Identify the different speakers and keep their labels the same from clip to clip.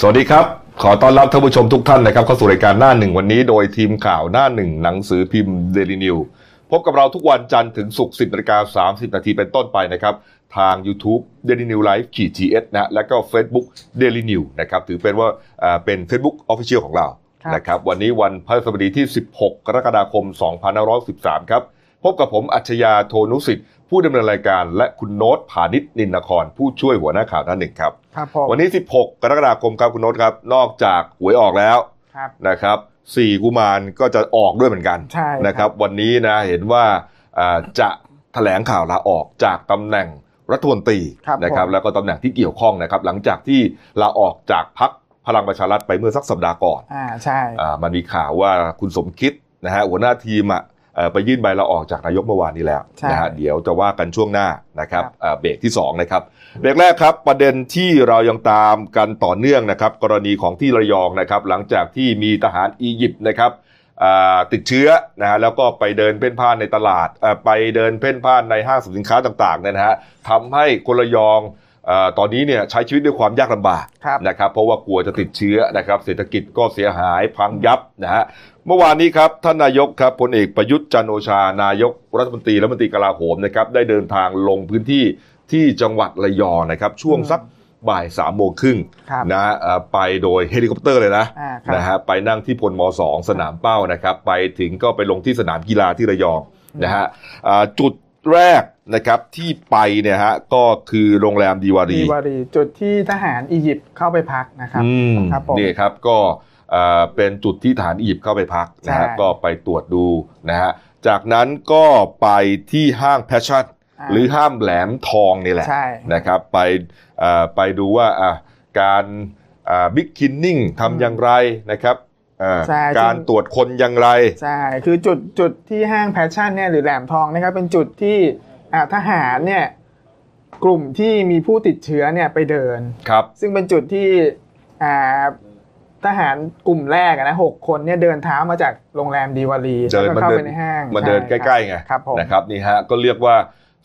Speaker 1: สวัสดีครับ ขอต้อนรับท่านผู้ชมทุกท่านนะครับเข้าสู่รายการหน้าหนึ่งวันนี้โดยทีมข่าวหน้าหนึ่งหนังสือพิมพ์เดลินิวพบกับเราทุกวันจันทร์ถึงศุกร์10นาฬิกา30 นาทีเป็นต้นไปนะครับ ทาง YouTube d a i l y New Life ขีด GS นะและก็ Facebook Daily New นะครับถือเป็นว่าอ่าเป็น Facebook Official ของเรา
Speaker 2: ครับ
Speaker 1: นะครับวันนี้วันพฤหัสบดีที่ 16 กรกฎาคม 2513 ครับ พบกับผมอัจฉริยาโทนุสิทธิ์ ผู้ดำเนินรายการและคุณโน้ตผานิชนินนคร ผู้ช่วยหัวหน้าข่าวหน้าหนึ่งครับ
Speaker 2: ครับผม
Speaker 1: วันนี้ 16 กรกฎาคมครับคุณโน้ตครับ นอกจากหวยออกแล้ว
Speaker 2: ครับ
Speaker 1: นะครับสี่กุมารก็จะออกด้วยเหมือนกัน
Speaker 2: ใช่ครับ
Speaker 1: นะครับ วันนี้นะเห็นว่าอ่าจะแถลงข่าวลาออกจากตำแหน่งรัฐมนตรี
Speaker 2: ครับ
Speaker 1: นะครับ
Speaker 2: ผม
Speaker 1: แล้วก็ตำแหน่งที่เกี่ยวข้องนะครับ หลังจากที่ลาออกจากพักพลังประชารัฐไปเมื่อสักสัปดาห์ก่อน
Speaker 2: อ่าใช่
Speaker 1: อ่ามันมีข่าวว่าคุณสมคิดนะฮะหัวหน้าทีมอ่ะเอ่อไปยื่นใบลาออกจากนายกเมื่อวานนี้แล้ว
Speaker 2: ใช่
Speaker 1: นะฮะเดี๋ยวจะว่ากันช่วงหน้านะครับ
Speaker 2: ครับ
Speaker 1: อ่าเบรกที่สองนะครับ เบรกแรกครับประเด็นที่เรายังตามกันต่อเนื่องนะครับกรณีของที่ระยองนะครับหลังจากที่มีทหารอียิปต์นะครับอ่าติดเชื้อนะฮะแล้วก็ไปเดินเพ่นพ่านในตลาดเอ่อไปเดินเพ่นพ่านในห้างสรรพสินค้าต่างๆเนี่ยนะฮะทำให้คนระยองเอ่อตอนนี้เนี่ยใช้ชีวิตด้วยความยากลำบาก
Speaker 2: ครับ
Speaker 1: นะครับเพราะว่ากลัวจะติดเชื้อนะครับเศรษฐกิจก็เสียหายพังยับนะฮะเมื่อวานนี้ครับท่านนายกครับพลเอกประยุทธ์จันทร์โอชา นายกรัฐมนตรีและรัฐมนตรีกลาโหมนะครับได้เดินทางลงพื้นที่ที่จังหวัดระยองนะครับช่วง
Speaker 2: อืม
Speaker 1: สักบ่ายสามโมงครึ่ง
Speaker 2: ครับ
Speaker 1: นะฮะเอ่อไปโดยเฮลิคอปเตอร์เลยนะ
Speaker 2: อ่าครับ
Speaker 1: นะฮะไปนั่งที่พลมสองสนามเป้านะครับไปถึงก็ไปลงที่สนามกีฬาที่ระยองนะฮะอ่าจุดแรกนะครับที่ไปเนี่ยฮะก็คือโรงแรมดีวารี
Speaker 2: ดีวารีจุดที่ทหารอียิปต์เข้าไปพักนะครับ
Speaker 1: อืม
Speaker 2: ครับผม
Speaker 1: นี่ครับก็เอ่อเป็นจุดที่ฐานอียิปต์เข้าไปพักนะฮะ
Speaker 2: ใช่
Speaker 1: ก็ไปตรวจดูนะฮะจากนั้นก็ไปที่ห้างแพชชั่น หรือห้างแหลมทองนี่แหละ
Speaker 2: ใช่
Speaker 1: นะครับไปเอ่อไปดูว่าอ่ะการบิ๊กคินนิ่ง
Speaker 2: อืม
Speaker 1: ทำอย่างไรนะครับเอ่อ
Speaker 2: ใช่
Speaker 1: การ
Speaker 2: ซึ่ง
Speaker 1: ตรวจคนอย่างไร
Speaker 2: ใช่ คือจุดจุดที่ห้างแพชชั่นเนี่ยหรือแหลมทองนะครับเป็นจุดที่อ่าทหารเนี่ยกลุ่มที่มีผู้ติดเชื้อเนี่ยไปเดิน
Speaker 1: ครับ
Speaker 2: ซึ่งเป็นจุดที่อ่าทหารกลุ่มแรกอะนะหกคนเนี่ยเดินเท้ามาจากโรงแรมดีวารี
Speaker 1: เดิ
Speaker 2: แล้ว
Speaker 1: น
Speaker 2: ก็
Speaker 1: มัน
Speaker 2: เข้า
Speaker 1: เดิ
Speaker 2: ไป
Speaker 1: น
Speaker 2: ในห้าง
Speaker 1: มันเดินใกล้ๆไง
Speaker 2: ๆครับผม
Speaker 1: นะครับนี่ฮะก็เรียกว่า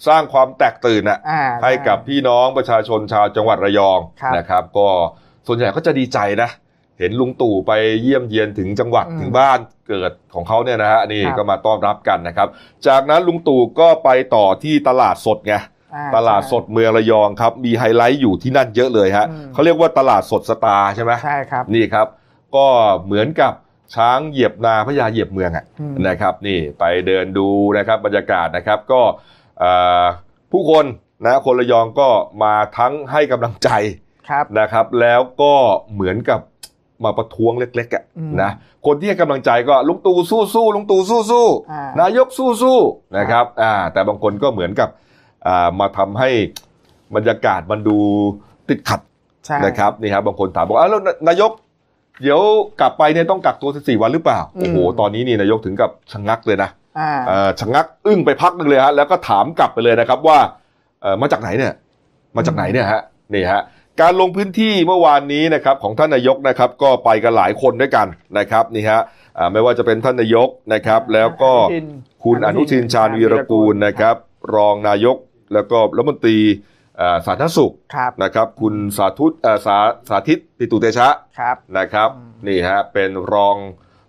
Speaker 1: สร้างความแตกตื่นอะ
Speaker 2: อ่า
Speaker 1: ให้กับพี่น้องประชาชนชาวจังหวัดระยอง
Speaker 2: ครับ
Speaker 1: นะครับ ก็ส่วนใหญ่ก็จะดีใจนะ เห็นลุงตู่ไปเยี่ยมเยียนถึงจังหวัด
Speaker 2: อืม
Speaker 1: ถึงบ้านเกิดของเขาเนี่ยนะฮะนี่
Speaker 2: ครับ
Speaker 1: ก็มาต้อนรับกันนะครับ จากนั้นลุงตู่ก็ไปต่อที่ตลาดสดไง
Speaker 2: อ่
Speaker 1: ตลาดสดเมืองระยองครับ มีไฮไลท์อยู่ที่นั่นเยอะเลยฮะ
Speaker 2: อืม
Speaker 1: เขาเรียกว่าตลาดสดสตาร์ใช่ไหม
Speaker 2: ใช่ครับ
Speaker 1: นี่ครับ ก็เหมือนกับช้างเหยียบนาพญาเหยียบเมืองอะ
Speaker 2: อืม
Speaker 1: นะครับนี่ไปเดินดูนะครับบรรยากาศนะครับก็เอ่อผู้คนนะคนระยองก็มาทั้งให้กำลังใจ
Speaker 2: ครับ
Speaker 1: นะครับ แล้วก็เหมือนกับมาประท้วงเล็กๆอะ
Speaker 2: อืม
Speaker 1: นะคนที่ให้กำลังใจก็ลุงตู่สู้สู้ๆลุงตู่สู้สู้ๆ
Speaker 2: อ่าน
Speaker 1: นายกสู้สู้ๆนะครับอ่าแต่บางคนก็เหมือนกับอ่ามาทำให้บรรยากาศมันดูติดขัด
Speaker 2: ใช่
Speaker 1: นะครับนี่ครับบางคนถามบอกอ้าวแล้วนนายก เดี๋ยวกลับไปเนี่ยต้องกักตัว14วันหรือเปล่า
Speaker 2: อืม
Speaker 1: โอ้โหตอนนี้นี่นายกถึงกับชะงักเลยนะ
Speaker 2: อ่า
Speaker 1: เอ่อชะงักอึ้งไปพักหนึงเลยฮะแล้วก็ถามกลับไปเลยนะครับว่าเอ่อมาจากไหนเนี่ยมาจากไหนเนี่ยฮะนี่ฮะการลงพื้นที่เมื่อวานนี้นะครับของท่านนายกนะครับก็ไปกันหลายคนด้วยกันนะครับนี่ฮะอ่าไม่ว่าจะเป็นท่านนายกนะครับแล้วก็ คุณอนุทินชาญวีรกูลนะครับ รองนายกแล้วก็รัฐมนตรีเอ่อสาธารณสุข
Speaker 2: ครับ
Speaker 1: นะครับคุณสาธุเอ่อสาสาธิตปิตุเตชะ
Speaker 2: ครับ
Speaker 1: นะครับ
Speaker 2: อืม
Speaker 1: นี่ฮะเป็นรอง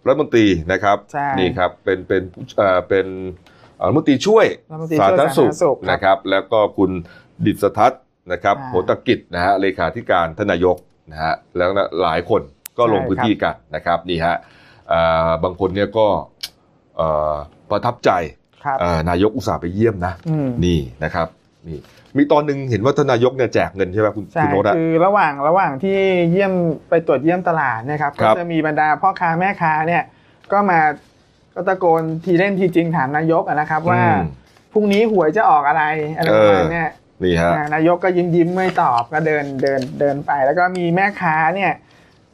Speaker 1: รัฐมนตรีนะครับ
Speaker 2: ใช่
Speaker 1: นี่ครับเป็นเป็นเอ่อเป็นเอ่อรัฐมนตรีช่วย
Speaker 2: รัฐมนตรีช่วยสาธารณสุขครับ
Speaker 1: นะครับ แล้วก็คุณดิษทัศน์นะครับ
Speaker 2: อ่า
Speaker 1: โหตกิจนะฮะเลขาธิการทานนายกนะฮะแล้วนะหลายคนก็ลง
Speaker 2: ใช่
Speaker 1: พื้นที่กันนะครับนี่ฮะเอ่อบางคนเนี่ยก็เอ่อประทับใจ
Speaker 2: ครับ
Speaker 1: เอ่อนายกอุตส่าห์ไปเยี่ยมนะ
Speaker 2: อืม
Speaker 1: นี่นะครับนี่มีตอนหนึ่งเห็นว่าทานนายกเนี่ยแจกเงินใช่ไหมคุณ
Speaker 2: ใช่
Speaker 1: คุณโนตอะ
Speaker 2: คือระหว่างระหว่างที่เยี่ยมไปตรวจเยี่ยมตลาดเนะครับ
Speaker 1: ค
Speaker 2: ก็
Speaker 1: รับ
Speaker 2: จะมีบรรดาพ่อค้าแม่ค้าเนี่ยก็มาก็ตะโกนทีเล่นทีจริงถามนายกอะนะครับว่า
Speaker 1: อืม
Speaker 2: พรุ่งนี้หวยจะออกอะไรอะไร
Speaker 1: เอ
Speaker 2: ป
Speaker 1: อ
Speaker 2: ระมาณเนี้ย
Speaker 1: นี่ฮะ
Speaker 2: อ่านายกก็ยิ้มยิ้มๆไม่ตอบก็เดินเดินเดินไป แล้วก็มีแม่ค้าเนี่ย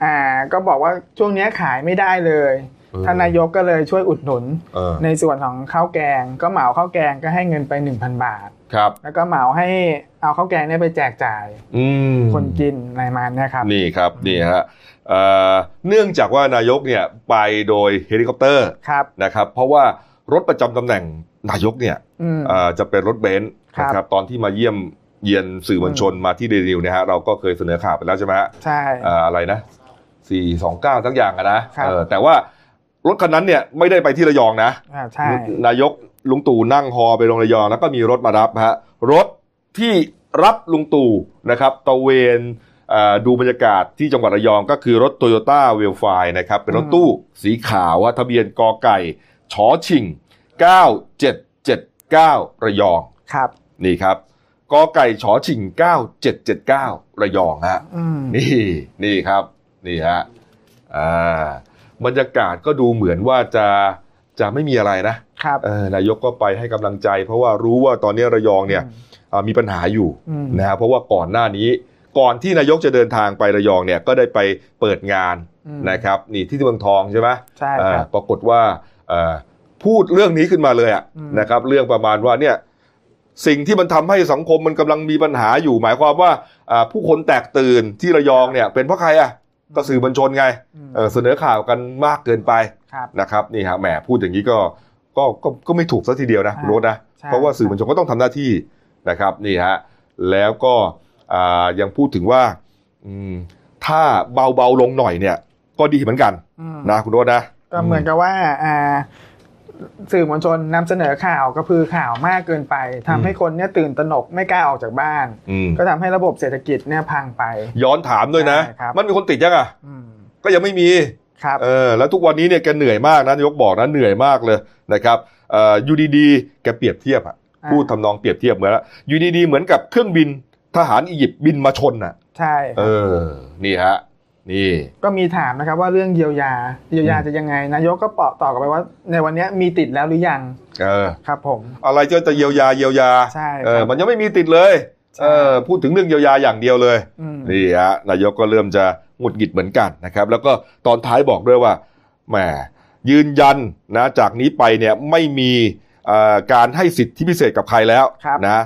Speaker 2: อ่าก็บอกว่าช่วงเนี้ยขายไม่ได้เลย
Speaker 1: เออ
Speaker 2: ท่านนายกก็เลยช่วยอุดหนุน
Speaker 1: เออ
Speaker 2: ในส่วนของข้าวแกงก็เหมาข้าวแกงก็ให้เงินไป 1,000 บาท
Speaker 1: ครับ
Speaker 2: แล้วก็เหมาให้เอาข้าวแกงเนี่ยไปแจกจ่าย
Speaker 1: อืม
Speaker 2: คนกินอะไรมาเนี่ยครับ
Speaker 1: นี่ครับนี่ฮะเอ่อเนื่องจากว่านายกเนี่ยไปโดยเฮลิคอปเตอร์
Speaker 2: ครับ
Speaker 1: นะครับ เพราะว่ารถประจำตำแหน่งนายกเนี่ย
Speaker 2: อืม
Speaker 1: เอ่อจะเป็นรถเบนซ์
Speaker 2: ครับ
Speaker 1: นะครับตอนที่มาเยี่ยม เยียนสื่อมวลชนมาที่เดลิวนะฮะเราก็เคยเสนอข่าวไปแล้วใช่ไหมฮะ
Speaker 2: ใช่
Speaker 1: อ่าอะไรนะสี่สองเก้าสักอย่างอะนะครับ เออแต่ว่ารถคันนั้นเนี่ยไม่ได้ไปที่ระยองนะ
Speaker 2: อ่าใช่
Speaker 1: นายกลุงตู่นั่งฮอไปลงระยองแล้วก็มีรถมารับฮะรถที่รับลุงตู่นะครับตระเวนเอ่อดูบรรยากาศที่จังหวัดระยองก็คือรถโตโยต้าเวลไฟนะครับ เป็นรถตู้สีขาวอะทะเบียนกอไก่ชอชิง 9779 ระยอง
Speaker 2: ครับ
Speaker 1: นี่ครับกอไก่ชอชิง 9779 ระยองฮะ
Speaker 2: อืม
Speaker 1: นี่นี่ครับนี่ฮะอ่าบรรยากาศก็ดูเหมือนว่าจะจะไม่มีอะไรนะครับเออนายกก็ไปให้กำลังใจ เพราะว่ารู้ว่าตอนนี้ระยองเนี่ยอ่ามีปัญหาอยู่
Speaker 2: อืม
Speaker 1: นะฮะเพราะว่าก่อนหน้านี้ ก่อนที่นายกจะเดินทางไประยองเนี่ยก็ได้ไปเปิดงาน
Speaker 2: อืม
Speaker 1: นะครับนี่ที่เมืองทองใช่ไหม
Speaker 2: ใช่
Speaker 1: อ่า
Speaker 2: ครับ
Speaker 1: ปรากฏว่าอ่าพูดเรื่องนี้ขึ้นมาเลยอะ
Speaker 2: อืม
Speaker 1: นะครับ เรื่องประมาณว่าเนี่ยสิ่งที่มันทำให้สังคมมันกำลังมีปัญหาอยู่ หมายความว่าอ่าผู้คนแตกตื่นที่ระยองเนี่ย เป็นเพราะใครอะก็สื่อมวลชนไง
Speaker 2: ม
Speaker 1: เออเสนอข่าวกันมากเกินไป
Speaker 2: ครับ
Speaker 1: นะครับนี่ฮะแหมพูดอย่างนี้ก็ก็ก็ก็ไม่ถูกซะทีเดียวนะ
Speaker 2: ใช่
Speaker 1: คุณโรถนะ
Speaker 2: ใช่
Speaker 1: เพราะว่าสื่อมวลชนก็ต้องทำหน้าที่นะครับนี่ฮะแล้วก็อ่ายังพูดถึงว่าอืมถ้าเบาๆลงหน่อยเนี่ย ก็ดีเหมือนกัน
Speaker 2: อืม
Speaker 1: นะคุณโรถนะ
Speaker 2: ก็เหมือนกับว่าอ่าสื่อมวลชนนำเสนอข่าวก็พือข่าวมากเกินไปทำให้คนเนี่ยตื่นตระหนกไม่กล้าออกจากบ้าน
Speaker 1: อืม
Speaker 2: ก็ทำให้ระบบเศรษฐกิจเนี่ยพังไป
Speaker 1: ย้อนถามด้วยนะ
Speaker 2: ใช่ครับ
Speaker 1: มันมีคนติดยังอ่ะ
Speaker 2: อืม
Speaker 1: ก็ยังไม่มี
Speaker 2: ครับ
Speaker 1: เออ แล้วทุกวันนี้เนี่ยแกเหนื่อยมากนะนายกบอกนะเหนื่อยมากเลยนะครับเอ่ออยู่ดีๆแกเปรียบเทียบอะ
Speaker 2: อ่า
Speaker 1: พูดทำนองเปรียบเทียบเหมือนละอยู่ดีๆเหมือนกับเครื่องบินทหารอียิปต์บินมาชนน่ะ
Speaker 2: ใช่
Speaker 1: เออ นี่ฮะ นี่
Speaker 2: ก็มีถามนะครับว่าเรื่องเยียวยาเยียวยา
Speaker 1: อืม
Speaker 2: จะยังไงนายกก็ปอบตอบกลับไปว่า ในวันเนี้ยมีติดแล้วหรือยัง
Speaker 1: เออ
Speaker 2: ครับผม
Speaker 1: อะไรจะจะเยียวยาเยียวยา
Speaker 2: ใช่
Speaker 1: เออ
Speaker 2: ครับ
Speaker 1: มันยังไม่มีติดเลย
Speaker 2: ใช่
Speaker 1: เออ พูดถึงเรื่องเยียวยาอย่างเดียวเลย
Speaker 2: อืม
Speaker 1: นี่ฮะนายกก็เริ่มจะหงุดหงิดเหมือนกันนะครับ แล้วก็ตอนท้ายบอกด้วยว่าแหมยืนยันนะจากนี้ไปเนี่ยไม่มีเอ่อการให้สิทธิพิเศษกับใครแล้วนะ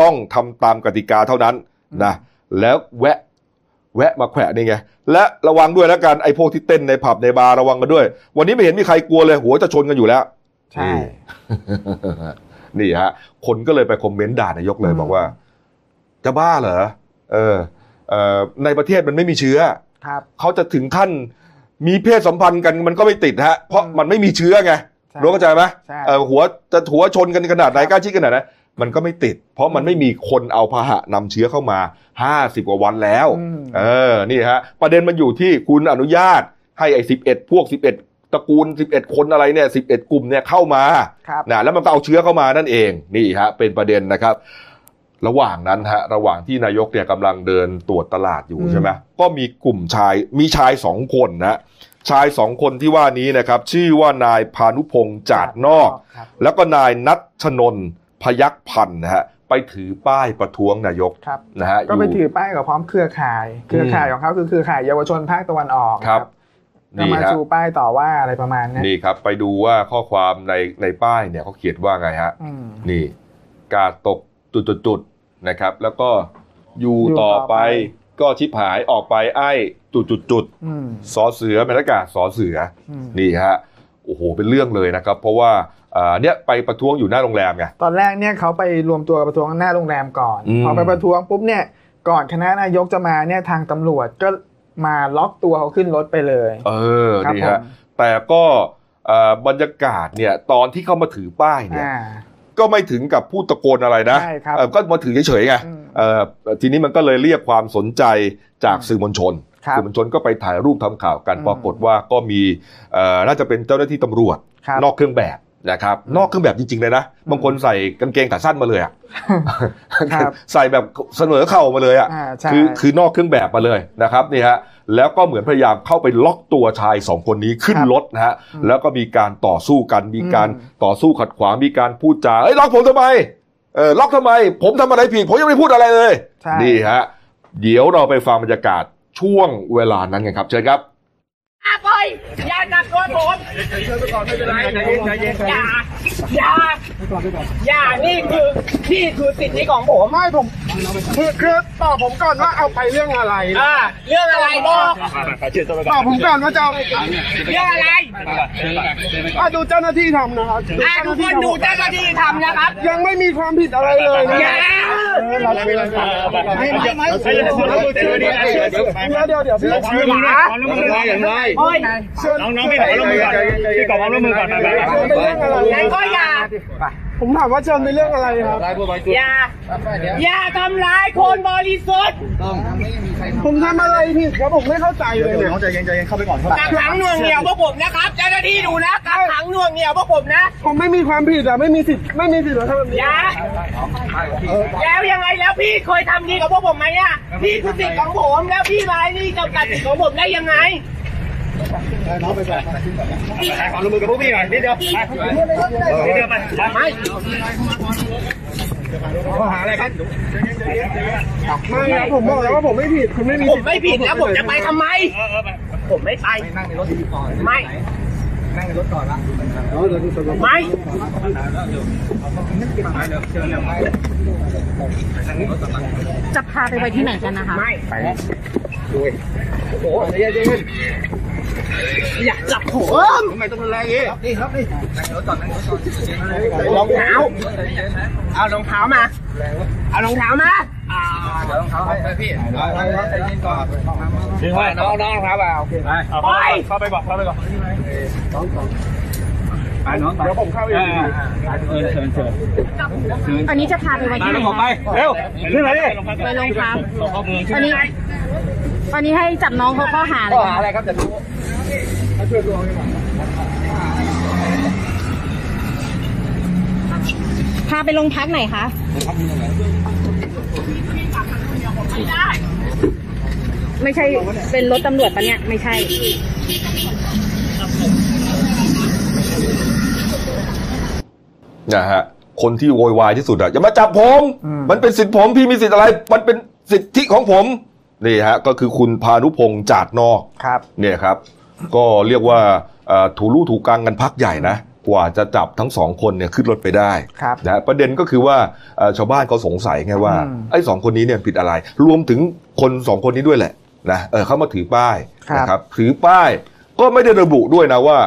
Speaker 1: ต้องทำตามกติกาเท่านั้นนะแล้วแวะแวะมาแขวะนี่ไงและระวังด้วยแล้วกันไอ้พวกที่เต้นในผับในบาร์ระวังกันด้วย วันนี้ไม่เห็นมีใครกลัวเลย หัวจะชนกันอยู่แล้ว
Speaker 2: ใช่
Speaker 1: นี่ฮะ คนก็เลยไปคอมเมนต์ด่านายกเลย
Speaker 2: อืม
Speaker 1: บอกว่า จะบ้าเหรอเออเออในประเทศมันไม่มีเชื้อ
Speaker 2: ครับ
Speaker 1: เขาจะถึงขั้นมีเพศสัมพันธ์กันมันก็ไม่ติดฮะ เพราะมันไม่มีเชื้อไง
Speaker 2: ใช่
Speaker 1: รู้เข้าใจไหม
Speaker 2: ใช่
Speaker 1: เออหัวจะหัวชนกันขนาดไหน
Speaker 2: ครับ
Speaker 1: กล้าชี้ขนาดไหนมันก็ไม่ติด เพราะมันไม่มีคนเอาพาหะนำเชื้อเข้ามาห้าสิบกว่าวันแล้ว
Speaker 2: อืม
Speaker 1: เออ นี่ฮะ ประเด็นมันอยู่ที่คุณอนุญาตให้ไอ้สิบเอ็ดพวกสิบเอ็ดตระกูลสิบเอ็ดคนอะไรเนี่ยสิบเอ็ดกลุ่มเนี่ยเข้ามา
Speaker 2: ครับ
Speaker 1: นะแล้วมันก็เอาเชื้อเข้ามานั่นเองนี่ฮะเป็นประเด็นนะครับ ระหว่างนั้นฮะระหว่างที่นายกเนี่ยกำลังเดินตรวจตลาดอยู่
Speaker 2: อืม
Speaker 1: ใช่ไหมก็มีกลุ่มชายมีชายสองคนนะชายสองคนที่ว่านี้นะครับ ชื่อว่านายพานุพงษ์จาดนอก
Speaker 2: ครับ
Speaker 1: แล้วก็นายนัทชนนพยักพันธ์นะฮะไปถือป้ายประท้วงนายก
Speaker 2: ครับ
Speaker 1: นะฮะ
Speaker 2: ก็ไป
Speaker 1: ยู่
Speaker 2: ถือป้ายกับพร้อมเครือข่าย เครือข่ายของเขาคือเครือข่ายเยาวชนภาคตะวันออก
Speaker 1: ครับ
Speaker 2: ก็มา
Speaker 1: ฮะ
Speaker 2: ชูป้ายต่อว่าอะไรประมาณเนี้ย
Speaker 1: นี่ครับ ไปดูว่าข้อความในในป้ายเนี่ยเขาเขียนว่าไงฮะ
Speaker 2: อืม
Speaker 1: นี่ กาดตกจุดๆๆนะครับ แล้วก็อยู่
Speaker 2: อยู่ต่
Speaker 1: ต่อ
Speaker 2: อ
Speaker 1: ไป
Speaker 2: ไป
Speaker 1: ก็ชิบหายออกไปไอ้จุดๆ
Speaker 2: อืม
Speaker 1: ๆสอเสือแมนากาศสอเสือ
Speaker 2: อืม
Speaker 1: นี่ฮะโอ้โหเป็นเรื่องเลยนะครับ เพราะว่าอ่าเนี่ยไปประท้วงอยู่หน้าโรงแรมไง
Speaker 2: ตอนแรกเนี่ยเขาไปรวมตัวกันประท้วงหน้าโรงแรมก่อน
Speaker 1: อืม
Speaker 2: พอไปประท้วงปุ๊บเนี่ยก่อนคณะนายกจะมาเนี่ยทางตำรวจก็มาล็อกตัวเขาขึ้นรถไปเลย
Speaker 1: เออ
Speaker 2: ครับ
Speaker 1: นี่
Speaker 2: ผ
Speaker 1: ฮะ
Speaker 2: ม
Speaker 1: แต่ก็อ่าบรรยากาศเนี่ยตอนที่เข้ามาถือป้ายเนี่ย
Speaker 2: อ่า
Speaker 1: ก็ไม่ถึงกับพูดตะโกนอะไรนะ
Speaker 2: ใช่ครับ
Speaker 1: เอ่อก็มาถือเฉยๆไง
Speaker 2: อืม
Speaker 1: เอ่อทีนี้มันก็เลยเรียกความสนใจจากสื่อมวลชน
Speaker 2: ครับ
Speaker 1: สื่อมวลชนก็ไปถ่ายรูปทำข่าวกัน
Speaker 2: อืม
Speaker 1: ปรากฏว่าก็มีเอ่อน่าจะเป็นเจ้าหน้าที่ตำรวจ
Speaker 2: ครับ
Speaker 1: นอกเครื่องแบบนะครับ นอกเครื่องแบบจริงๆเลยนะ บางคนใส่กางเกงขาสั้นมาเลยอะ
Speaker 2: ครับ
Speaker 1: ใส่แบบเสนอเข่ามาเลยอะ
Speaker 2: อ่าใช่
Speaker 1: คือคือนอกเครื่องแบบมาเลยนะครับนี่ฮะแล้วก็เหมือนพยายามเข้าไปล็อกตัวชายสองคนนี้ขึ้นรถนะฮะ
Speaker 2: อืม
Speaker 1: แล้วก็มีการต่อสู้กันมีการ
Speaker 2: อืม
Speaker 1: ต่อสู้ขัดขวางมีการพูดจาเอ้ยล็อกผมทำไมเออล็อกทำไม ผมทำอะไรผิดผมยังไม่พูดอะไรเลย
Speaker 2: ใช่
Speaker 1: นี่ฮะเดี๋ยวเราไปฟังบรรยากาศช่วงเวลานั้นกันครับเชิญครับ
Speaker 3: อย่าปล่อยอย่าดักตัวผมอย่าอย่าอย่านี่คือนี่คือสิทธิของผมไม่ผม
Speaker 2: คือคือตอบผมก่อนว่าเอาไปเรื่องอะไร
Speaker 3: อ่าเรื่องอะไรบอก
Speaker 2: ตอบผมก่อนว่าจะเอา
Speaker 3: เรื่องอะไร
Speaker 2: อ่ะดูเจ้าหน้าที่ทำนะครับดู
Speaker 3: อ่า
Speaker 2: เจ้าห
Speaker 3: ทุก
Speaker 2: น้าที่ทำ
Speaker 3: คนดูเจ้าหน้าที่ทำนะครับ
Speaker 2: ยังไม่มีความผิดอะไรเลยนะ
Speaker 3: อย่า
Speaker 2: เออเราไม่ไม่ไม่ไม่เดี๋ยวเดี๋ยวเดี๋ยวพี่
Speaker 3: หมาโอ้ย
Speaker 2: เชิญ
Speaker 3: ไหนก็อย่า
Speaker 2: ผมถามว่าเชิญไปเรื่องอะไรครับ
Speaker 3: อย่าอย่าทำร้ายคนบริสุทธิ์
Speaker 2: ผมทำอะไรผิดครับผมไม่เข้าใจเลยเนี่ย
Speaker 3: กักขังหน่วงเหนี่ยวพวกผมนะครับ เจ้าหน้าที่ดูนะกักขังหน่วงเหนี่ยวพวกผมนะ
Speaker 2: ผมไม่มีความผิดอ่ะไม่มีสิทธิ์ไม่มีสิทธิ์หรอทำแบบนี้
Speaker 3: ยาแล้วยังไงแล้วพี่เคยทำดีกับพวกผมไหมอ่ะพี่คือสิทธิ์ของผมแล้วพี่มาไอ้นี่จำกัดสิทธิ์ของผมได้ยังไงไม่
Speaker 2: ไม่ครับผมบอกแล้วว่าผมไม่ผิดคุณไม่มี
Speaker 3: ผ
Speaker 2: สิท
Speaker 3: ม
Speaker 2: ธิ์
Speaker 3: ไม่ผิดแล้วผมจะไปทำไม ผมไม่ไปไม่ไม่
Speaker 4: จะพาไปไว้ที่ไหนกันนะคะ
Speaker 3: ไม่ไปด้วยโอ้ยอยากจับผมรองเท้าเอารองเท้ามาเอารองเท้ามา ไปเข้าไป
Speaker 4: อันนี้จะพาไปไว้ที่ไหนคะไปโรงพักอันนี้ อันนี้ให้จับน้องเขาข้อหาอะไรคะ พาไปโรงพักไหนคะ ไม่ใช่ เป็นรถตำรวจปะเนี่ย ไม่ใช่
Speaker 1: นะฮะคนที่โวยวายที่สุดอะอย่ามาจับผม มันเป็นสิทธิ์ผมพี่มีสิทธิ์อะไร มันเป็นสิทธิของผมนี่ฮะก็คือคุณพานุพงษ์จาดนอก
Speaker 2: ครับ
Speaker 1: เนี่ยครับ ก็เรียกว่าเอ่อถูลู่ถูกกังกันพักใหญ่นะ กว่าจะจับทั้งสองคนเนี่ยขึ้นรถไปได้
Speaker 2: ครับ
Speaker 1: นะฮะประเด็นก็คือว่าเอ่อชาวบ้านเขาสงสัยไงว่า
Speaker 2: อืม
Speaker 1: ไอ้สองคนนี้เนี่ยผิดอะไร รวมถึงคนสองคนนี้ด้วยแหละนะเออเขามาถือป้าย
Speaker 2: ครับ
Speaker 1: นะครับถือป้ายก็ไม่ได้ระบุด้วยนะว่า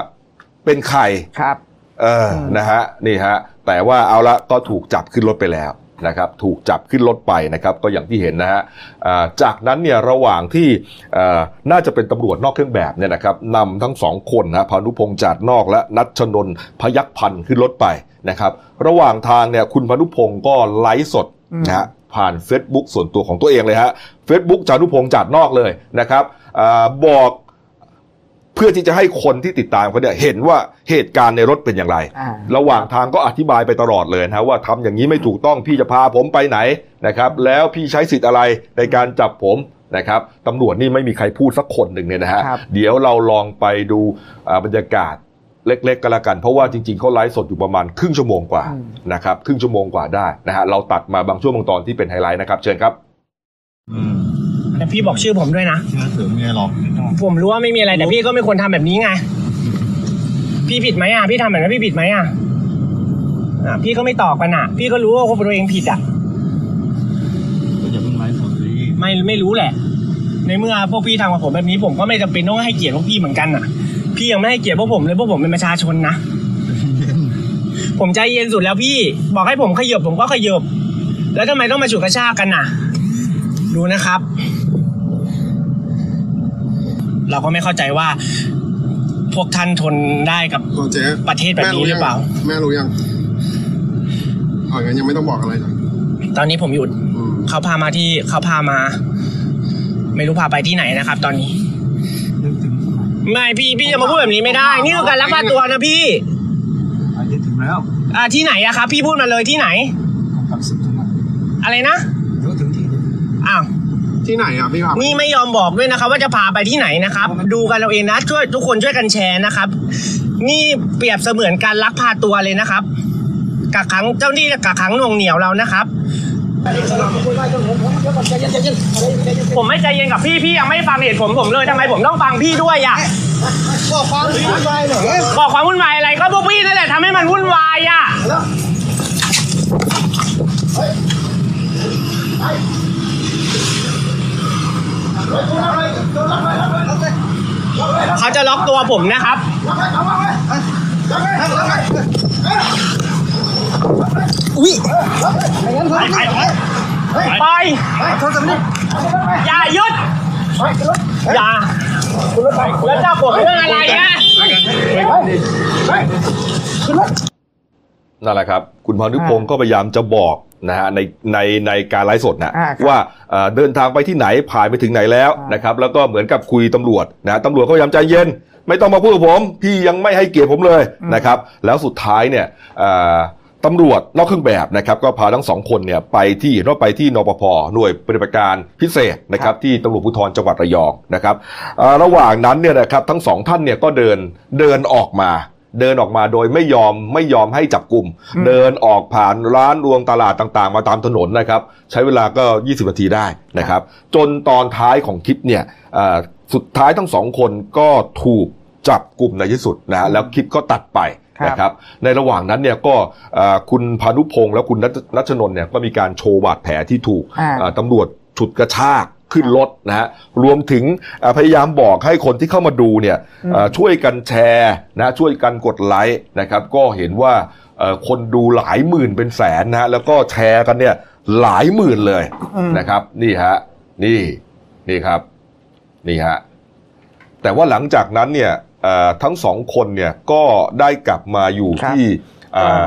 Speaker 1: เป็นใคร
Speaker 2: ครับ
Speaker 1: เอออ
Speaker 2: ม
Speaker 1: นะฮะ นี่ฮะ แต่ว่าเอาละก็ถูกจับขึ้นรถไปแล้วนะครับ ถูกจับขึ้นรถไปนะครับ ก็อย่างที่เห็นนะฮะอ่าจากนั้นเนี่ยระหว่างที่เอ่อน่าจะเป็นตำรวจนอกเครื่องแบบเนี่ยนะครับนำทั้งสองคนนะพานุพงษ์จาดนอกและนัชชนนท์พยักพันธ์ขึ้นรถไปนะครับ ระหว่างทางเนี่ยคุณพานุพงษ์ก็ไลฟ์สดนะฮะ ผ่าน Facebook ส่วนตัวของตัวเองเลยฮะ Facebook จานุพงษ์จาดนอกเลยนะครับอาบอก เพื่อที่จะให้คนที่ติดตามเขาเนี่ยเห็นว่าเหตุการณ์ในรถเป็นอย่างไร
Speaker 2: อ่า
Speaker 1: ระหว่างทางก็อธิบายไปตลอดเลยนะฮะว่าทำอย่างนี้ไม่ถูกต้องพี่จะพาผมไปไหนนะครับ แล้วพี่ใช้สิทธิ์อะไรในการจับผมนะครับตำรวจนี่ไม่มีใครพูดสักคนหนึ่งเนี่ยนะฮะ
Speaker 2: ครับ
Speaker 1: เดี๋ยวเราลองไปดูอ่าบรรยากาศเล็กๆกันละกัน เพราะว่าจริงๆเขาไลฟ์สดอยู่ประมาณครึ่งชั่วโมงกว่านะครับครึ่งชั่วโมงกว่าได้นะฮะเราตัดมาบางช่วงบางตอนที่เป็นไฮไลท์นะครับเชิญครับ
Speaker 5: อืม
Speaker 3: แต่พี่บอกชื่อผมด้วยนะ
Speaker 5: เชื่อถือไม่ได้หรอก
Speaker 3: ผมรู้ว่าไม่มีอะไรแต่พี่ก็ไม่ควรทำแบบนี้ไง พี่ผิดไหมอ่ะ พี่ทำแบบนั้นพี่ผิดไหมอ่ะอ่ะ พี่ก็ไม่ตอบกันอ่ะ พี่ก็รู้ว่าคนตัวเองผิดอ่ะ
Speaker 5: ก็อย่าเพิ่งไลฟ์สดสิ
Speaker 3: ไม่ไม่รู้แหละ ในเมื่อพวกพี่ทำกับผมแบบนี้ผมก็ไม่จำเป็นต้องให้เกียรติพวกพี่เหมือนกันอ่ะ พี่ยังไม่ให้เกียรติพวกผมเลยพวกผมเป็นประชาชนนะ ผมใจเย็นสุดแล้วพี่ บอกให้ผมขยบผมก็ขยบ แล้วทำไมต้องมาฉุดกระชากกันน่ะ ดูนะครับ เราก็ไม่เข้าใจว่า พวกท่านทนได้กับ
Speaker 6: ตัวเจ๊
Speaker 3: ประเทศแบบนี้หรือเปล่า
Speaker 6: แม่รู้ยังเอาอย่างนั้นยังไม่ต้องบอกอะไรจ้ะ
Speaker 3: ตอนนี้ผมหยุด
Speaker 6: อืม
Speaker 3: เขาพามาที่เขาพามา ไม่รู้พาไปที่ไหนนะครับ ตอนนี้ ไม่พี่พี่จะมาพูดแบบนี้ไม่ได้ นี่คือการลักพาตัวนะพี่
Speaker 5: อันนี้ถึงแล้ว
Speaker 3: อ่าที่ไหนอะครับ พี่พูดมาเลยที่ไหน
Speaker 5: กลับสิบจังหวัด
Speaker 3: อะไรนะ
Speaker 5: เดี๋ยวถึงที่
Speaker 3: อ้าว
Speaker 6: ที่ไหนอ่ะพี่ครับ
Speaker 3: นี่ไม่ยอมบอกด้วยนะครับ ว่าจะพาไปที่ไหนนะครับ ดูกันเราเองนะช่วยทุกคนช่วยกันแชร์นะครับ นี่เปรียบเสมือนการลักพาตัวเลยนะครับกักขังเจ้าหน้าที่กักขังหน่วงเหนียวเรานะครับ ผมไม่ใจเย็นกับพี่พี่ยังไม่ฟังเหตุผลผมเลยทำไมผมต้องฟังพี่ด้วยอะบอกความวุ่นวายเหรอบอกความวุ่นวายอะไรก็พวกพี่นั่นแหละทำให้มันวุ่นวายอะ เขาจะล็อกตัวผมนะครับ อุ้ยไปไปอย่าหยุดอย่าแล้วจะผมเรื่องอะไรนะ
Speaker 1: นั่นแหละครับ คุณพานุพงศ์ก็พยายามจะบอกนะฮะในในในการไลฟ์สดนะ
Speaker 2: อ่าครับ
Speaker 1: ว่าเอ่อเดินทางไปที่ไหนผ่านไปถึงไหนแล้ว
Speaker 2: อ่าน
Speaker 1: นะครับแล้วก็เหมือนกับคุยตำรวจนะตำรวจก็พยายามใจเย็น ไม่ต้องมาพูดกับผม พี่ยังไม่ให้เกียรติผมเลยนะครับ แล้วสุดท้ายเนี่ยเอ่อตำรวจนอกเครื่องแบบนะครับ ก็พาทั้งสองคนเนี่ยไปที่เห็นว่าไปที่นปภหน่วยปฏิบัติการพิเศษนะครับที่ตำรวจภูธรจังหวัดระยองนะครับเอ่อระหว่างนั้นเนี่ยนะครับทั้งสองท่านเนี่ยก็เดินเดินออกมา เดินออกมาโดยไม่ยอมไม่ยอมให้จับกลุ่ม
Speaker 2: อืม
Speaker 1: เดินออกผ่านร้านรวงตลาดต่างๆ มาตามถนนนะครับ ใช้เวลาก็ 20 นาทีได้นะครับ จนตอนท้ายของคลิปเนี่ยเอ่อสุดท้ายทั้งสองคนก็ถูกจับกลุ่มในที่สุดนะฮะแล้วคลิปก็ตัดไปนะครับ ในระหว่างนั้นเนี่ยก็เอ่อคุณพานุพงศ์และคุณนัทนัชนนท์เนี่ยก็มีการโชว์บาดแผลที่ถูก
Speaker 2: อ่า
Speaker 1: เอ่อตำรวจฉุดกระชากขึ้นรถนะฮะรวมถึงเอ่อพยายามบอกให้คนที่เข้ามาดูเนี่ย
Speaker 2: อืม
Speaker 1: เอ่อช่วยกันแชร์นะช่วยกันกดไลค์นะครับ ก็เห็นว่าเอ่อคนดูหลายหมื่นเป็นแสนนะฮะแล้วก็แชร์กันเนี่ยหลายหมื่นเลย
Speaker 2: อืม
Speaker 1: นะครับ นี่ฮะนี่นี่ครับนี่ฮะแต่ว่าหลังจากนั้นเนี่ยเอ่อทั้งสองคนเนี่ยก็ได้กลับมาอยู่
Speaker 2: ครับ
Speaker 1: ที่เอ่อ
Speaker 2: ก็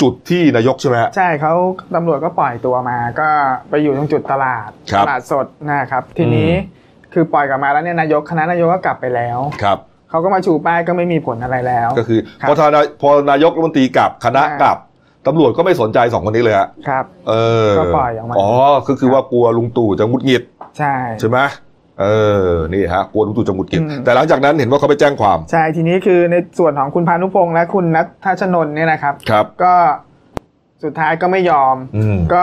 Speaker 1: จุดที่นายกใช่ไหมฮะ
Speaker 2: ใช่เขาตำรวจก็ปล่อยตัวมา ก็ไปอยู่ตรงจุดตลาด
Speaker 1: ครับ
Speaker 2: ตลาดสดนะครับ ทีนี้
Speaker 1: อื
Speaker 2: คือปล่อยกลับมาแล้วเนี่ยนายกคณะนายกก็กลับไปแล้ว
Speaker 1: ครับ
Speaker 2: เขาก็มาชูป้ายก็ไม่มีผลอะไรแล้ว
Speaker 1: ก็คือ
Speaker 2: ครับ
Speaker 1: พอทานายพอนายกรัฐมนตรีกลับคณะ
Speaker 2: อ่าก
Speaker 1: กลับตำรวจก็ไม่สนใจสองคนนี้เลยฮะ
Speaker 2: ครับ
Speaker 1: เออ
Speaker 2: ก็ปล่อยออกมา
Speaker 1: อ๋อก็คือว่ากลัวลุงตู่จะหงุดหงิด
Speaker 2: ใช่
Speaker 1: ใช่ไหมเออนี่ฮะกลัวลุงตู่จะหงุดหงิด
Speaker 2: อืม
Speaker 1: แต่หลังจากนั้นเห็นว่าเขาไปแจ้งความ
Speaker 2: ใช่ทีนี้คือในส่วนของคุณพานุพงษ์และคุณนัทธชนนท์เนี่ยนะครับ
Speaker 1: ครับ
Speaker 2: ก็สุดท้ายก็ไม่ยอม
Speaker 1: อืม
Speaker 2: ก็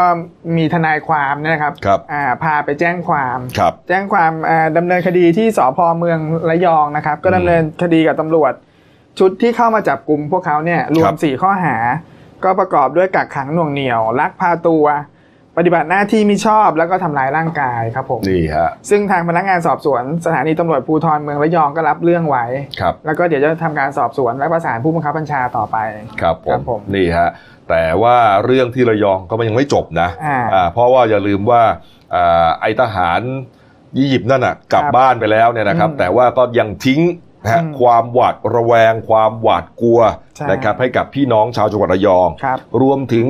Speaker 2: มีทนายความเนยนะครับ
Speaker 1: ครับ
Speaker 2: อ่าพาไปแจ้งความ
Speaker 1: ครับ
Speaker 2: แจ้งความเอ่อดำเนินคดีที่สพเมืองระยองนะครับ ก็
Speaker 1: อืม
Speaker 2: ดำเนินคดีกับตำรวจ ชุดที่เข้ามาจับกลุ่มพวกเขาเนี่ยรว
Speaker 1: ครั
Speaker 2: ม
Speaker 1: บ
Speaker 2: สี่ข้อหา ก็ประกอบด้วยกักขังหน่วงเหนี่ยวลักพาตัว ปฏิบัติหน้าที่มิชอบแล้วก็ทำร้ายร่างกายครับผม
Speaker 1: นี่ฮะ
Speaker 2: ซึ่งทางพนักงานสอบสวน สถานีตำรวจภูธรเมืองระยองก็รับเรื่องไว้
Speaker 1: ครับ
Speaker 2: แล้วก็เดี๋ยวจะทำการสอบสวนและประสานผู้บังคับบัญชาต่อไป
Speaker 1: ครับผ
Speaker 2: ครั
Speaker 1: ม
Speaker 2: บผม
Speaker 1: นี่ฮะแต่ว่าเรื่องที่ระยองก็มันยังไม่จบนะ
Speaker 2: อ่า
Speaker 1: อ่าเพราะว่าอย่าลืมว่าอ่าไอทหารยี่สิบนั่นน่ะกลับ
Speaker 2: ครับ
Speaker 1: บ้านไปแล้วเนี่ยนะครับ
Speaker 2: อืม
Speaker 1: แต่ว่าก็ยังทิ้งนะฮะ
Speaker 2: อืม
Speaker 1: ความหวาดระแวง ความหวาดกลัว
Speaker 2: ใช่
Speaker 1: นะครับให้กับพี่น้องชาวจังหวัดระยอง
Speaker 2: ครับ
Speaker 1: รวมถึง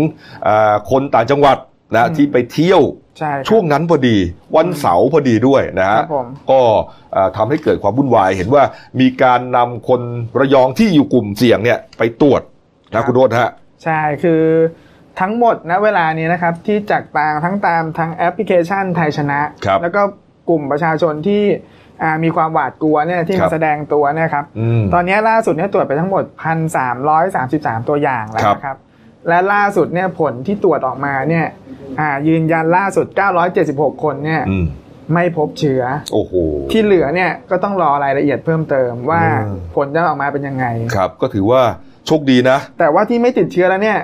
Speaker 1: อ่าคนต่างจังหวัดนะ
Speaker 2: อืม
Speaker 1: ที่ไปเที่ยว
Speaker 2: ใช่ครับ
Speaker 1: ช่วงนั้นพอดีวันเสาร์พอดีด้วยนะฮะ
Speaker 2: ครับผม
Speaker 1: ก็เอ่อทำให้เกิดความวุ่นวาย เห็นว่ามีการนำคนระยองที่อยู่กลุ่มเสี่ยงเนี่ยไปตรวจ
Speaker 2: ครั
Speaker 1: นะ
Speaker 2: บ
Speaker 1: คุณโรธฮะ
Speaker 2: ใช่ คือทั้งหมดณเวลานี้นะครับ ที่จากตางทั้งตามทั้งแอปพลิเคชันไทยชนะ
Speaker 1: ครับ
Speaker 2: แล้วก็กลุ่มประชาชนที่อ่ามีความหวาดกลัวเนี่ยที่
Speaker 1: ครั
Speaker 2: มา
Speaker 1: บ
Speaker 2: แสดงตัวเนะครับ
Speaker 1: อืม
Speaker 2: ตอนนี้ล่าสุดเนี่ยตรวจไปทั้งหมด 1,333 ตัวอย่างแล้ว
Speaker 1: ครับ
Speaker 2: นะครับ และล่าสุดเนี่ยผลที่ตรวจออกมาเนี่ยอ่ายืนยันล่าสุด 976 คนเนี่ย
Speaker 1: อืม
Speaker 2: ไม่พบเชื้อ
Speaker 1: โอ้โห
Speaker 2: ที่เหลือเนี่ยก็ต้องรอรายละเอียดเพิ่มเติมว่า
Speaker 1: อืม
Speaker 2: ผลจะออกมาเป็นยังไง
Speaker 1: ครับ ก็ถือว่าโชคดีนะ
Speaker 2: แต่ว่าที่ไม่ติดเชื้อแล้วเนี่ย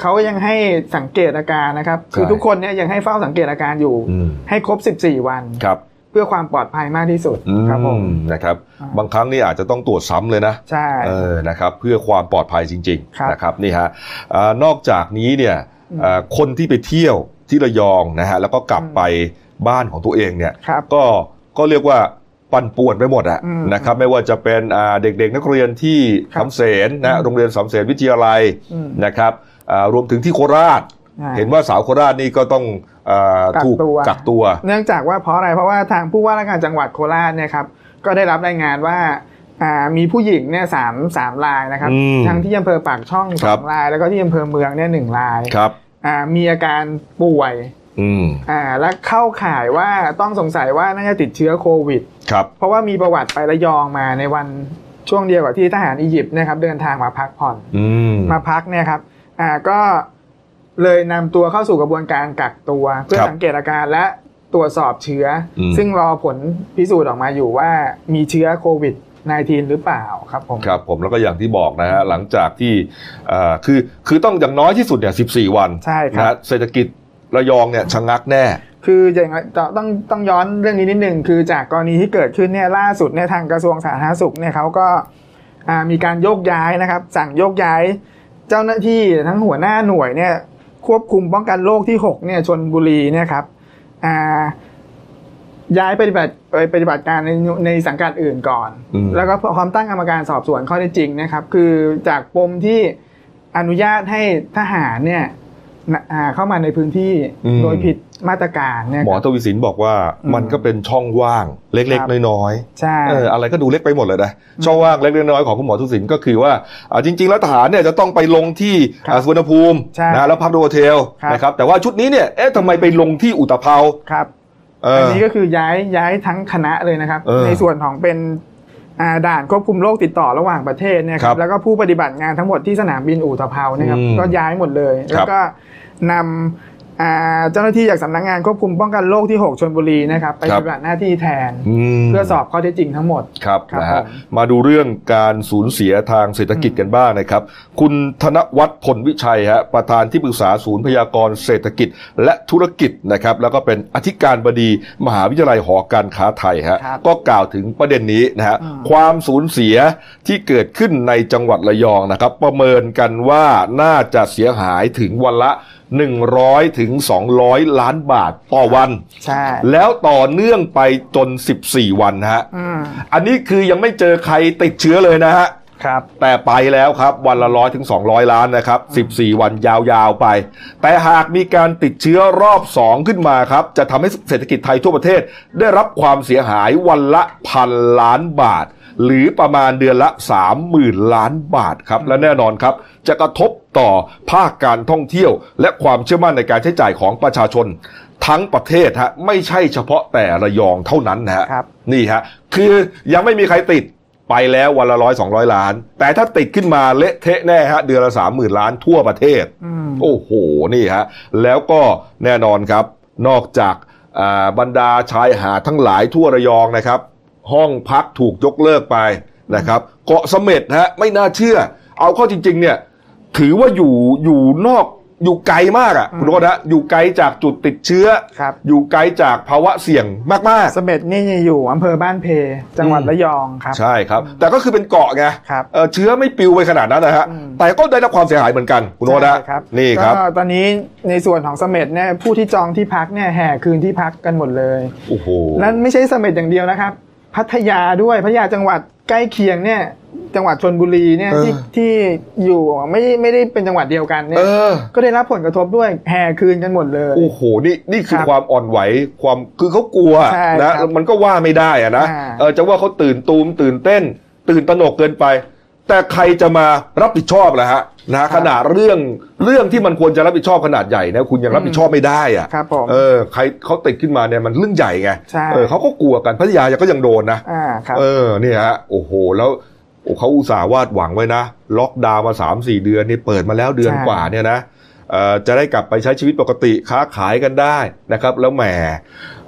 Speaker 2: เขายังให้สังเกตอาการนะครับ คือ
Speaker 1: ใช่
Speaker 2: ทุกคนเนี่ยยังให้เฝ้าสังเกตอาการอยู่
Speaker 1: อืม
Speaker 2: ให้ครบ 14 วัน
Speaker 1: ครับ
Speaker 2: เพื่อความปลอดภัยมากที่สุด
Speaker 1: อื
Speaker 2: ครับผม
Speaker 1: มนะครับ
Speaker 2: อ่า
Speaker 1: บางครั้งนี่อาจจะต้องตรวจซ้ำเลยนะ
Speaker 2: ใช่
Speaker 1: เออ นะครับ เพื่อความปลอดภัยจริง
Speaker 2: ครับ
Speaker 1: ๆ นะครับ นี่ฮะเอ่อนอกจากนี้เนี่ย
Speaker 2: อืม
Speaker 1: เอ่อคนที่ไปเที่ยวที่ระยองนะฮะ แล้วก็กลับ
Speaker 2: อืม
Speaker 1: ไปบ้านของตัวเองเนี่ย
Speaker 2: ครับ
Speaker 1: ก็ก็เรียกว่าปั่นป่วนไปหมดอะ
Speaker 2: อืม
Speaker 1: นะครับไม่ว่าจะเป็นอ่าเด็กๆ นักเรียนที่
Speaker 2: ครับ
Speaker 1: สำเสนนะ
Speaker 2: อืม
Speaker 1: โรงเรียนสำเสนวิทยาลัย
Speaker 2: อืม
Speaker 1: นะครับอ่ารวมถึงที่โคราช
Speaker 2: อ่า
Speaker 1: เห็นว่าสาวโคราชนี่ก็ต้องอ่า
Speaker 2: กัก
Speaker 1: ถูก
Speaker 2: ตัว
Speaker 1: กักตัว
Speaker 2: เนื่องจากว่าเพราะอะไรเพราะว่าทางผู้ว่าราชการจังหวัดโคราชเนี่ยครับก็ได้รับรายงานว่าอ่ามีผู้หญิงเนี่ยสามสามรายนะครับ
Speaker 1: อืม
Speaker 2: ทั้งที่อำเภอปากช่องส
Speaker 1: ครั
Speaker 2: อบ งราย แล้วก็ที่อำเภอเมืองเนี่ยหนึ่งราย
Speaker 1: ครับ
Speaker 2: อ่ามีอาการป่วย
Speaker 1: อืม
Speaker 2: อ่าและเข้าข่ายว่าต้องสงสัยว่าน่าจะติดเชื้อโควิด
Speaker 1: ครับ
Speaker 2: เพราะว่ามีประวัติไประยองมาในวันช่วงเดียวกับที่ทหารอียิปต์นะครับเดินทางมาพักผ่อน
Speaker 1: อืม
Speaker 2: มาพักเนี่ยครับอ่าก็เลยนำตัวเข้าสู่กระบวนการกักตัว เพื่อ
Speaker 1: ครับ
Speaker 2: สังเกตอาการและตรวจสอบเชื้อ
Speaker 1: อืม
Speaker 2: ซึ่งรอผลพิสูจน์ออกมาอยู่ว่ามีเชื้อโควิด -19 หรือเปล่าครับผม
Speaker 1: ครับผมแล้วก็อย่างที่บอกนะฮะหลังจากที่อ่าคือคือต้องอย่างน้อยที่สุดเนี่ย14 วัน
Speaker 2: ใช่ครับ
Speaker 1: นะฮะเศรษฐกิจ ระยองเนี่ยชะงักแน่
Speaker 2: คืออย่างไรต้องต้องต้องย้อนเรื่องนี้นิดหนึ่งคือจากกรณีที่เกิดขึ้นเนี่ยล่าสุดเนี่ยทางกระทรวงสาธารณสุขเนี่ยเขาก็อ่ามีการโยกย้ายนะครับ สั่งโยกย้าย เจ้าหน้าที่ทั้งหัวหน้าหน่วยเนี่ยควบคุมป้องกันโรคที่หกเนี่ยชนบุรีเนี่ยครับอ่าย้ายปฏิบัติไปปฏิบัติการในในสังกัดอื่นก่อน
Speaker 1: อืม
Speaker 2: แล้วก็ความตั้งกรรมการสอบสวนข้อเท็จจริงนะครับ คือจากปมที่อนุญาตให้ทหารเนี่ยนะอ่าเข้ามาในพื้นที่
Speaker 1: อืม
Speaker 2: โดยผิดมาตรการเนี่ย
Speaker 1: หม
Speaker 2: ค
Speaker 1: อ
Speaker 2: รับ
Speaker 1: ทวีสินบอกว่า
Speaker 2: อืม
Speaker 1: มันก็เป็นช่องว่างเล็ก
Speaker 2: ครับ
Speaker 1: ๆ น้อย
Speaker 2: ใช่
Speaker 1: ๆเอออะไรก็ดูเล็กไปหมดเลยนะช่องว่างเล็กๆน้อยๆของคุณหมอทวีสินก็คือว่าอ่าจริง ๆ แล้วทหารเนี่ยจะต้องไปลงที่
Speaker 2: ครับ
Speaker 1: อ่าสุวรรณภูมิ
Speaker 2: ใช่
Speaker 1: นะแล้วพักโดโฮเทล
Speaker 2: ครับ
Speaker 1: นะครับแต่ว่าชุดนี้เนี่ยเอ๊ะทำไมไปลงที่อุตภเปา
Speaker 2: ครับ
Speaker 1: เออ
Speaker 2: อัน
Speaker 1: อ
Speaker 2: นี้ก็คือย้ายย้ายทั้งคณะเลยนะครับ
Speaker 1: เออ
Speaker 2: ในส่วนของเป็นอ่าด่านควบคุมโรคติดต่อระหว่างประเทศเนี่ยค
Speaker 1: ครั
Speaker 2: รั
Speaker 1: บบ
Speaker 2: แล้วก็ผู้ปฏิบัติงานทั้งหมดที่สนามบินอู่ตะเภาเนี่ยครับ
Speaker 1: อืม
Speaker 2: ก็ย้ายหมดเลย
Speaker 1: ครับ
Speaker 2: แล้วก็นำอ่าเจ้าหน้าที่จากสำนักงานควบคุมป้องกันโรคที่ 6ชนบุรีนะครับไปปฏิบัติหน้าที่แทน
Speaker 1: ม
Speaker 2: เพื่อสอบข้อเท็จจริงทั้งหมด
Speaker 1: ครับ
Speaker 2: ครับ
Speaker 1: นะฮะ
Speaker 2: ผม
Speaker 1: มาดูเรื่องการสูญเสียทางเศรษฐกิจกันบ้างนะครับ คุณธนวัฒน์ผลวิชัยฮะประธานที่ปรึกษาศูนย์พยากรณ์เศรษฐกิจและธุรกิจนะครับ แล้วก็เป็นอธิการบดีมหาวิทยาลัยหอการค้าไทยฮะ
Speaker 2: ครับ
Speaker 1: ก็กล่าวถึงประเด็นนี้นะฮะ
Speaker 2: อืม
Speaker 1: ความสูญเสียที่เกิดขึ้นในจังหวัดระยองนะครับ ประเมินกันว่าน่าจะเสียหายถึงวันละ 100ถึง200 ล้านบาทต่อวัน
Speaker 2: ใช่
Speaker 1: แล้วต่อเนื่องไปจน 14 วันนะฮะ
Speaker 2: อืม
Speaker 1: อันนี้คือยังไม่เจอใครติดเชื้อเลยนะฮะ
Speaker 2: ครับ
Speaker 1: แต่ไปแล้วครับ วันละร้อยถึง 200 ล้านนะครับ 14 วันยาวๆไป แต่หากมีการติดเชื้อรอบ 2 ขึ้นมาครับ จะทำให้เศรษฐกิจไทยทั่วประเทศ ได้รับความเสียหายวันละพันล้านบาท หรือประมาณเดือนละ 30,000 ล้านบาทครับ และแน่นอนครับ จะกระทบต่อภาคการท่องเที่ยว และความเชื่อมั่นในการใช้จ่ายของประชาชน ทั้งประเทศฮะไม่ใช่เฉพาะแต่ระยองเท่านั้นนะฮะ
Speaker 2: ครับ
Speaker 1: นี่ฮะ คือยังไม่มีใครติดไปแล้ววันละร้อยสองร้อยล้าน แต่ถ้าติดขึ้นมาเละเทะแน่ฮะ เดือนละสามหมื่นล้านทั่วประเทศ
Speaker 2: อืม
Speaker 1: โอ้โห นี่ฮะ แล้วก็แน่นอนครับ นอกจากอ่าบรรดาชายหาดทั้งหลายทั่วระยองนะครับ ห้องพักถูกยกเลิกไปนะครับ เกาะเสม็ดฮะไม่น่าเชื่อ เอาเข้อจริง ๆ เนี่ย ถือว่าอยู่อยู่นอกอยู่ไกลมากอะ่ะคุณโรจน์ฮะอยู่ไกลจากจุดติดเชื้อ
Speaker 2: ครับ
Speaker 1: อยู่ไกลจากภาวะเสี่ยงมาก ๆ
Speaker 2: เสม็ดนี่อยู่อำเภอบ้านเพ จังหวัด
Speaker 1: อืม
Speaker 2: ระยองครับ
Speaker 1: ใช่ครับ แต่ก็คือเป็นเกาะไง
Speaker 2: ครับ
Speaker 1: เอ่อเชื้อไม่ปลิวไปขนาดนั้นนะฮะ
Speaker 2: อืม
Speaker 1: แต่ก็ได้รับความเสียหายเหมือนกัน คุณโนตนะ
Speaker 2: ใช่ครับ
Speaker 1: นี่ครับ
Speaker 2: ก็ตอนนี้ในส่วนของเสม็ดเนี่ยผู้ที่จองที่พักเนี่ยแห่คืนที่พักกันหมดเลย
Speaker 1: โอ้โห
Speaker 2: นั่นไม่ใช่เสม็ดอย่างเดียวนะครับ พัทยาด้วยพัทยาจังหวัดใกล้เคียงเนี่ยจังหวัดชนบุรีเนี่ย
Speaker 1: เออ
Speaker 2: ที่ที่อยู่ไม่ไม่ได้เป็นจังหวัดเดียวกันเนี่
Speaker 1: เอย อ
Speaker 2: ก็ได้รับผลกระทบด้วยแห่คืนกันหมดเลย
Speaker 1: โอ้โห นี่นี่คือ
Speaker 2: ครับ
Speaker 1: ความอ่อนไหว ความคือเขากลัว
Speaker 2: ใช่
Speaker 1: นะ
Speaker 2: ครับ
Speaker 1: มันก็ว่าไม่ได้อะนะ
Speaker 2: อ่า
Speaker 1: เออจะว่าเขาตื่นตูมตื่นเต้น ตื่นตระหนกเกินไป แต่ใครจะมารับผิดชอบล่ะฮะนะขนาดเรื่องเรื่องที่มันควรจะรับผิดชอบขนาดใหญ่นะคุณยังรับผิดชอบไม่ได้อะ
Speaker 2: ครับผม
Speaker 1: เออใครเขาติดขึ้นมาเนี่ยมันเรื่องใหญ่ไง
Speaker 2: ใช่
Speaker 1: เออเขาก็กลัวกันพัทยาก็ยังโดนนะ
Speaker 2: อ่าครับ
Speaker 1: เออเนี่ยฮะโอ้โห แล้วโอ้เขาอุตส่าห์วาดหวังไว้นะ ล็อกดาวน์มา 3 4 เดือนนี่เปิดมาแล้วเดือน
Speaker 2: ใช่
Speaker 1: กว่าเนี่ยนะเอ่อจะได้กลับไปใช้ชีวิตปกติค้าขายกันได้นะครับ แล้วแหม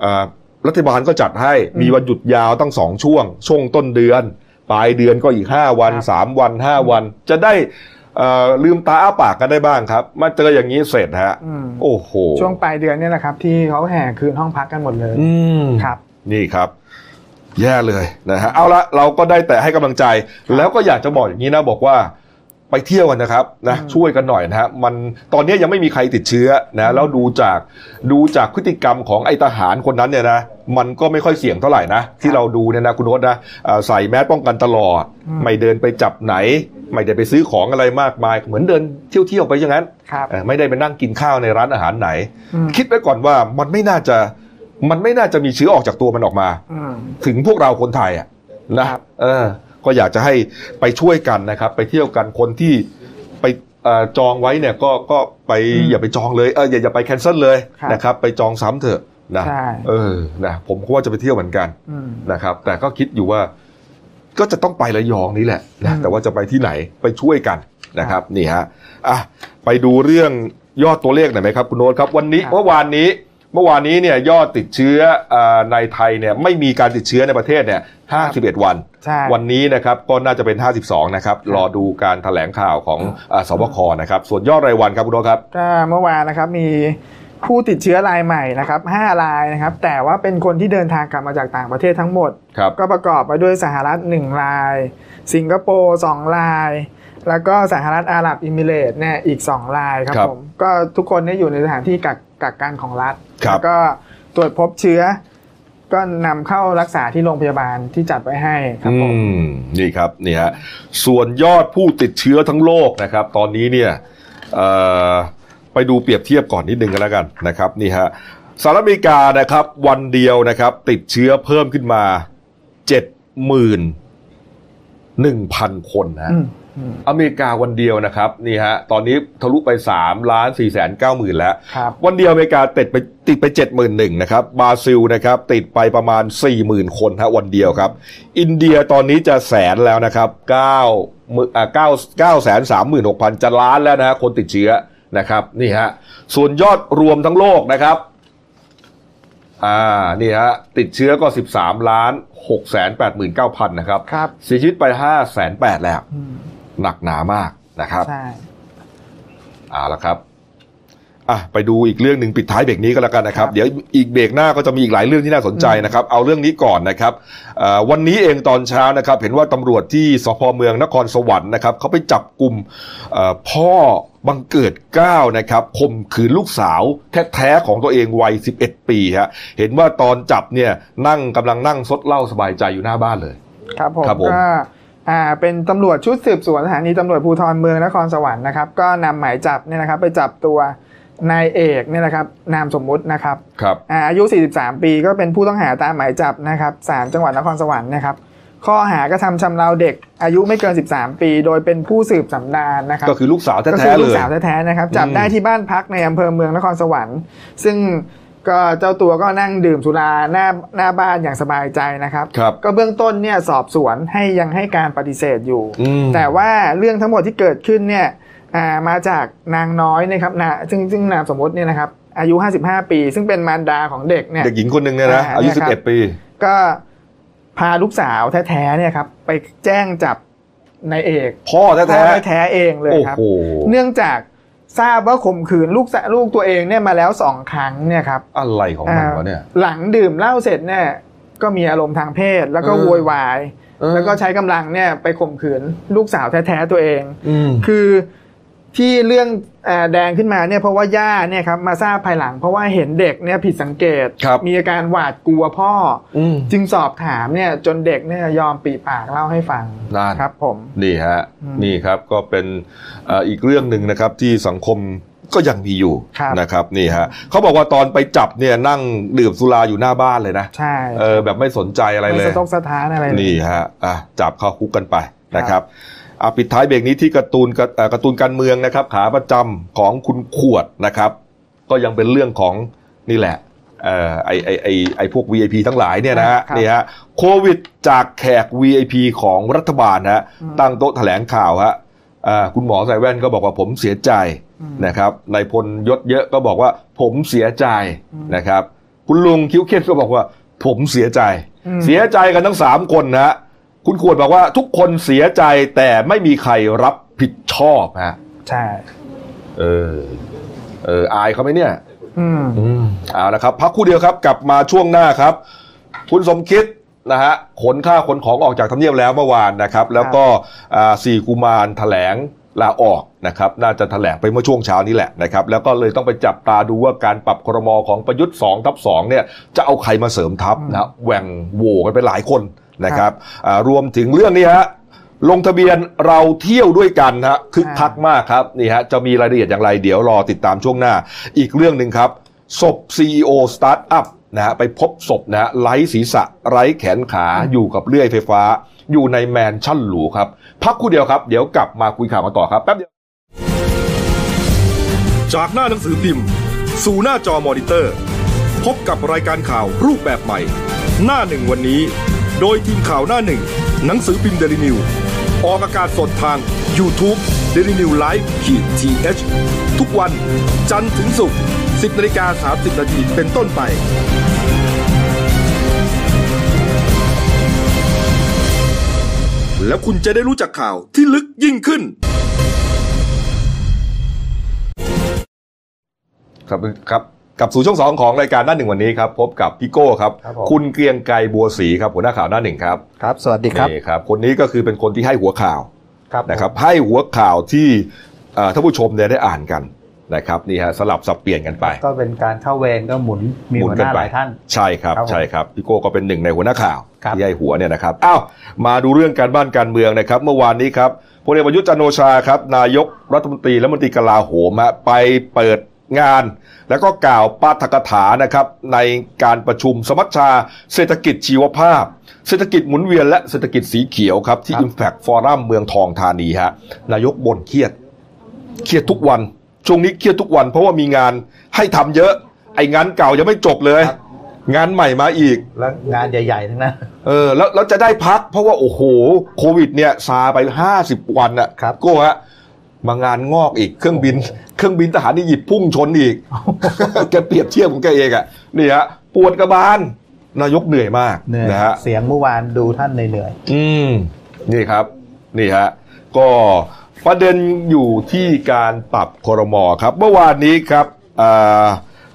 Speaker 1: เอ่อรัฐบาลก็จัดให้มีวันหยุดยาวตั้งสองช่วง ช่วงต้นเดือน ปลายเดือนก็อีก 5 วัน 3 วัน 5 วัน จะได้เอ่อลืมตาอ้าปากกันได้บ้างครับ มาเจออย่างนี้เสร็จฮะ
Speaker 2: อืม
Speaker 1: โอ้โห
Speaker 2: ช่วงปลายเดือนเนี่ยแหละครับ ที่เขาแห่คืนห้องพักกันหมดเลย
Speaker 1: อืม
Speaker 2: ครับ
Speaker 1: นี่ครับ แย่เลยนะฮะเอาละเราก็ได้แต่ให้กำลังใจ แล้วก็อยากจะบอกอย่างนี้นะบอกว่าไปเที่ยวกันนะครับนะช่วยกันหน่อยนะฮะมันตอนนี้ยังไม่มีใครติดเชื้อนะแล้วดูจากดูจากพฤติกรรมของไอทหารคนนั้นเนี่ยนะมันก็ไม่ค่อยเสี่ยงเท่าไหร่นะที่เราดูเนี่ยนะคุณโนตนะเอ่อใส่แมสป้องกันตลอด
Speaker 2: อืม
Speaker 1: ไม่เดินไปจับไหน ไม่ได้ไปซื้อของอะไรมากมาย เหมือนเดินเที่ยวๆไปอย่างนั้น
Speaker 2: ครับ
Speaker 1: เอ่อไม่ได้ไปนั่งกินข้าวในร้านอาหารไหน
Speaker 2: อืม
Speaker 1: คิดไว้ก่อนว่ามันไม่น่าจะมันไม่น่าจะมีเชื้อออกจากตัวมันออกมา
Speaker 2: อืม
Speaker 1: ถึงพวกเราคนไทยอ่ะนะครับ เออ ก็อยากจะให้ไปช่วยกันนะครับ ไปเที่ยวกันคนที่ไปเอ่อจองไว้เนี่ยก็ก็ไปอย่าไปจองเลยเอออย่าอย่าไปแคนเซิลเลยนะครับ ไปจองซ้ำเถอะนะ
Speaker 2: ใช่
Speaker 1: เออนะผมก็ว่าจะไปเที่ยวเหมือนกัน
Speaker 2: อืม
Speaker 1: นะครับแต่ก็คิดอยู่ว่าก็จะต้องไประยองนี่แหละนะ
Speaker 2: อืม
Speaker 1: แต่ว่าจะไปที่ไหนไปช่วยกันนะครับนี่ฮะอ่ะไปดูเรื่องยอดตัวเลขหน่อยไหมครับคุณโน้ตครับวันนี้
Speaker 2: ครับ
Speaker 1: เมื่อวานนี้เมื่อวานนี้เนี่ยยอดติดเชื้ออาในไทยเนี่ยไม่มีการติดเชื้อในประเทศเนี่ย51 วัน
Speaker 2: ใช่
Speaker 1: วันนี้นะครับก็น่าจะเป็น 52 นะครับ รอดูการแถลงข่าวของอาสบคนะครับ ส่วนยอดรายวันครับคุณโน้ตครับ
Speaker 2: ก็เมื่อวานนะครับมี ผู้ติดเชื้อรายใหม่นะครับ5รายนะครับ แต่ว่าเป็นคนที่เดินทางกลับมาจากต่างประเทศทั้งหมด
Speaker 1: ครับ
Speaker 2: ก็ประกอบไปด้วยสหรัฐ 1 ราย สิงคโปร์2ราย แล้วก็สหรัฐอาหรับอิมิเรตส์เนี่ยอีก 2 รายครับ
Speaker 1: ครับ
Speaker 2: ผมก็ทุกคนเนี่ยอยู่ในสถานที่กักกักกันของรัฐ
Speaker 1: ครับ
Speaker 2: แล้วก็ตรวจพบเชื้อ ก็นำเข้ารักษาที่โรงพยาบาลที่จัดไว้ให้ครับ
Speaker 1: อื
Speaker 2: ผม
Speaker 1: มนี่ครับนี่ฮะส่วนยอดผู้ติดเชื้อทั้งโลกนะครับ ตอนนี้เนี่ยเอ่อไปดูเปรียบเทียบก่อนนิดนึงกันแล้วกันนะครับนี่ฮะสหรัฐอเมริกานะครับวันเดียวนะครับ ติดเชื้อเพิ่มขึ้นมาเจ็ดหมื่นหนึ่งพันคนนะฮะ
Speaker 2: อืมอืม
Speaker 1: อเมริกาวันเดียวนะครับนี่ฮะตอนนี้ทะลุไป3ล้าน4แสน9หมื่นแล้ว
Speaker 2: ครับ
Speaker 1: วันเดียวอเมริกาติดไปติดไป 7 1 0 0 0นะครับบราซิลนะครับติดไปประมาณ 40,000 คนฮะวันเดียวครับ อินเดียตอนนี้จะแสนแล้วนะครับ9มื่นอ่า9 9แสน36,000 จะล้านแล้วนะฮะคนติดเชื้อนะครับนี่ฮะส่วนยอดรวมทั้งโลกนะครับอ่านี่ฮะติดเชื้อก็ 13ล้าน6แสน89,000นะครับ
Speaker 2: ครับ
Speaker 1: เสียชีวิตไป5แสน8แล้ว
Speaker 2: อืม
Speaker 1: หนักหนามากนะครับ
Speaker 2: ใช่
Speaker 1: เอาละครับอ่ะไปดูอีกเรื่องหนึ่งปิดท้ายเบรกนี้ก็แล้วกันนะครับ
Speaker 2: ครับ
Speaker 1: เดี๋ยวอีกเบรกหน้าก็จะมีอีกหลายเรื่องที่น่าสนใจนะครับ เอาเรื่องนี้ก่อนนะครับเอ่อวันนี้เองตอนเช้านะครับ เห็นว่าตำรวจที่สพเมืองนครสวรรค์นะครับเขาไปจับกลุ่มเอ่อพ่อบังเกิดเกล้าวนะครับข่มขืนลูกสาวแท้ๆของตัวเองวัย 11 ปีฮะเห็นว่าตอนจับเนี่ยนั่งกำลังนั่งซดเหล้าสบายใจอยู่หน้าบ้านเลย
Speaker 2: ครับผม
Speaker 1: ครับผม
Speaker 2: ก็อ่าเป็นตำรวจชุดสืบสวนสถานีตำรวจภูธรเมืองนครสวรรค์นะครับ ก็นำหมายจับเนี่ยนะครับ ไปจับตัวนายเอกเนี่ยนะครับ นามสมมุตินะครับ
Speaker 1: ครับ
Speaker 2: อ่าอายุ 43 ปีก็เป็นผู้ต้องหาตามหมายจับนะครับศาลจังหวัดนครสวรรค์นะครับ ข้อหากระทำชำเราเด็กอายุไม่เกิน 13 ปี โดยเป็นผู้สืบสำนานนะครับ
Speaker 1: ก็คือลูกสาว
Speaker 2: ก็คื
Speaker 1: แท้
Speaker 2: อ
Speaker 1: ๆ
Speaker 2: ลู
Speaker 1: เล
Speaker 2: ก
Speaker 1: ย
Speaker 2: สาวแท้ๆนะครับจับ
Speaker 1: อืม
Speaker 2: ได้ที่บ้านพักในอำเภอเมืองนครสวรรค์ ซึ่งก็เจ้าตัวก็นั่งดื่มสุราหน้าหน้าบ้านอย่างสบายใจนะครับ
Speaker 1: ครับ
Speaker 2: ก็เบื้องต้นเนี่ยสอบสวนให้ยังให้การปฏิเสธอยู่
Speaker 1: อืม
Speaker 2: แต่ว่าเรื่องทั้งหมดที่เกิดขึ้นเนี่ยอ่ามาจากนางน้อยนะครับนะซึ่งซึ่งนามสมมติเนี่ยนะครับอายุ 55 ปี ซึ่งเป็นมารดาของเด็กเนี่ย
Speaker 1: เด็กหญิงคนหนึ่งเนี่ยนะ
Speaker 2: อ่า
Speaker 1: อายุ
Speaker 2: เนี่ยครับ
Speaker 1: 11 ปี
Speaker 2: ก็พาลูกสาวแท้ๆเนี่ยครับไปแจ้งจับนายเอก
Speaker 1: พ่อแท้
Speaker 2: พ่อแท้ๆเอง
Speaker 1: ๆ
Speaker 2: เลย
Speaker 1: โอ้
Speaker 2: ครับ
Speaker 1: โห
Speaker 2: เนื่องจากทราบว่าข่มขืนลูกสะลูกตัวเองเนี่ยมาแล้วสองครั้งเนี่ยครับ
Speaker 1: อะไรของมันวะเนี่ย
Speaker 2: อ่าหลังดื่มเหล้าเสร็จเนี่ยก็มีอารมณ์ทางเพศ แล้วก็
Speaker 1: เออ
Speaker 2: โวยวาย แล้วก็ใช้กำลังเนี่ยไปข่มขืนลูกสาวแท้ ๆ ตัวเอง
Speaker 1: อืม
Speaker 2: คือที่เรื่องอาแดงขึ้นมาเนี่ยเพราะว่าย่าเนี่ยครับมาทราบภายหลัง เพราะว่าเห็นเด็กเนี่ยผิดสังเกต
Speaker 1: ครับ
Speaker 2: มีอาการหวาดกลัวพ่ออ
Speaker 1: อืม
Speaker 2: จึงสอบถามเนี่ยจนเด็กเนี่ยยอมปีปากเล่าให้ฟัง
Speaker 1: นั่น
Speaker 2: ครับผม
Speaker 1: นี่ฮะ
Speaker 2: อืม
Speaker 1: นี่ครับก็เป็นเอ่ออีกเรื่องหนึ่งนะครับที่สังคมก็ยังมีอยู่
Speaker 2: ครับ
Speaker 1: นะครับนี่ฮะเขาบอกว่าตอนไปจับเนี่ยนั่งดื่มสุราอยู่หน้าบ้านเลยนะ
Speaker 2: ใช่
Speaker 1: เออแบบไม่สนใจอะไรเล
Speaker 2: ม่
Speaker 1: ย
Speaker 2: สะทกสะท้านอะไรเลย
Speaker 1: นี่ฮะอ่ะจับเข้าคุกกันไปนะครับอ่ะปิดท้ายเบรกนี้ที่การ์ตูนกระเอ่อการ์ตูนการเมืองนะครับ ขาประจำของคุณขวดนะครับ ก็ยังเป็นเรื่องของนี่แหละเอ่อไอไอไอไอพวก VIP ทั้งหลายเนี่ยนะฮะ
Speaker 2: ครับ
Speaker 1: นี่ฮะโควิดจากแขก VIP ของรัฐบาลฮะ
Speaker 2: อืม
Speaker 1: ตั้งโต๊ะแถลงข่าวฮะอ่าคุณหมอใส่แว่นก็บอกว่าผมเสียใจ
Speaker 2: อืม
Speaker 1: นะครับนายพลยศเยอะก็บอกว่าผมเสียใจ
Speaker 2: อืม
Speaker 1: นะครับ คุณลุงคิ้วเข้มก็บอกว่าผมเสียใจ
Speaker 2: อืม
Speaker 1: เสีย เสียใจกันทั้งสามคนนะฮะคุณขวดบอกว่าทุกคนเสียใจแต่ไม่มีใครรับผิดชอบฮะ
Speaker 2: ใช่
Speaker 1: เออ เออ อายเขาไหมเนี่ย
Speaker 2: อืม
Speaker 1: อืมเอาละครับพักครู่เดียวครับกลับมาช่วงหน้าครับ คุณสมคิดนะฮะขนข้าวขนของออกจากทำเนียบแล้วเมื่อวานนะครับ แล้วก็อ่าสี่กุมารแถลงลาออกนะครับ น่าจะแถลงไปเมื่อช่วงเช้านี้แหละนะครับ แล้วก็เลยต้องไปจับตาดูว่าการปรับครมอของประยุทธ์2ทับ2เนี่ยจะเอาใครมาเสริมทัพนะแหว่งโหวกันไปหลายคนนะครับอ่ารวมถึงเรื่องนี้ฮะลงทะเบียนเราเที่ยวด้วยกันฮะคึกคัก มากครับนี่ฮะจะมีรายละเอียดอย่างไรเดี๋ยวรอติดตามช่วงหน้า อีกเรื่องหนึ่งครับ ศพ CEO Startup นะฮะไปพบศพนะฮะไร้ศีรษะไร้แขนขาอยู่กับเลื่อยไฟฟ้า อยู่ในแมนชั่นหรูครับ พักครู่เดียวครับ เดี๋ยวกลับมาคุยข่าวกันต่อครับแป๊บเดียว
Speaker 7: จากหน้าหนังสือพิมพ์ สู่หน้าจอมอนิเตอร์ พบกับรายการข่าวรูปแบบใหม่ หน้าหนึ่งวันนี้ โดยทีมข่าวหน้าหนึ่ง หนังสือพิมพ์เดลิวิวออกอากาศสดทาง y o u t u เด d ิวิวไลฟ์ขีดทีเทุกวันจันทร์ถึงศุกร์10นาฬิกา30นาทีเป็นต้นไป แล้วคุณจะได้รู้จักข่าวที่ลึกยิ่งขึ้น
Speaker 1: ครับครับ กลับสู่ช่วงสองของรายการหน้าหนึ่งวันนี้ครับพบกับพี่โก้ครับ
Speaker 8: ครับผม
Speaker 1: ณเกรียงไกรบัวศรีครับหัวหน้าข่าวหน้าหนึ่งครับ
Speaker 8: ครับ สวัสดีครับ
Speaker 1: นี่ครับคนนี้ก็คือเป็นคนที่ให้หัวข่าว
Speaker 8: ครับผม
Speaker 1: นะครับให้หัวข่าวที่เอ่อท่านผู้ชมเนี่ยได้อ่านกันนะครับนี่ฮะสลับสับเปลี่ยนกันไป
Speaker 8: ก็เป็นการเข้าเวรก็หมุนมี
Speaker 1: หมุ
Speaker 8: หั
Speaker 1: น
Speaker 8: วห
Speaker 1: กัน
Speaker 8: น้า
Speaker 1: ไป
Speaker 8: หลายท่าน
Speaker 1: ใช่ครับ
Speaker 8: ครับผม
Speaker 1: ใช่ครับพี่โก้ก็เป็นหนึ่งในหัวหน้าข่าว
Speaker 8: ครับ
Speaker 1: ที่ให้หัวเนี่ยนะครับอ้าวมาดูเรื่องการบ้านการเมืองนะครับ เมื่อวานนี้ครับพลเอกประยุทธ์จันทร์โอชาครับนายกรัฐมนตรีและรัฐมนตรีกลาโหมฮะไปเปิดงาน แล้วก็กล่าวปาฐกถานะครับในการประชุมสมัชชา เศรษฐกิจชีวภาพ เศรษฐกิจหมุนเวียนและเศรษฐกิจสีเขียวครับที่ Impact Forum เมืองทองธานีฮะนายกบ่นเครียด เครียดทุกวัน ช่วงนี้เครียดทุกวันเพราะว่ามีงานให้ทำเยอะ ไอ้งานเก่ายังไม่จบเลย
Speaker 8: ครับ
Speaker 1: งานใหม่มาอีก
Speaker 8: และงานใหญ่ๆทั้งนั้น
Speaker 1: เออ แล้วแล้วจะได้พัก เพราะว่า โอ้โห โควิดเนี่ยซาไป 50 วันอะ
Speaker 8: ครับ
Speaker 1: โก็ฮะ มางานงอกอีก เครื่องบิน เครื่องบินทหารอียิปต์พุ่งชน อีก แกเปรียบเทียบของแกเองอะนี่ฮะ ปวดกระบาล นายกเหนื่อยมาก
Speaker 8: เหนื่อย
Speaker 1: นะฮะ
Speaker 8: เสียงเมื่อวานดูท่านเหนื่อย
Speaker 1: อืม นี่ครับ นี่ฮะ ก็ประเด็นอยู่ที่การปรับครมครับ เมื่อวานนี้ครับอ่า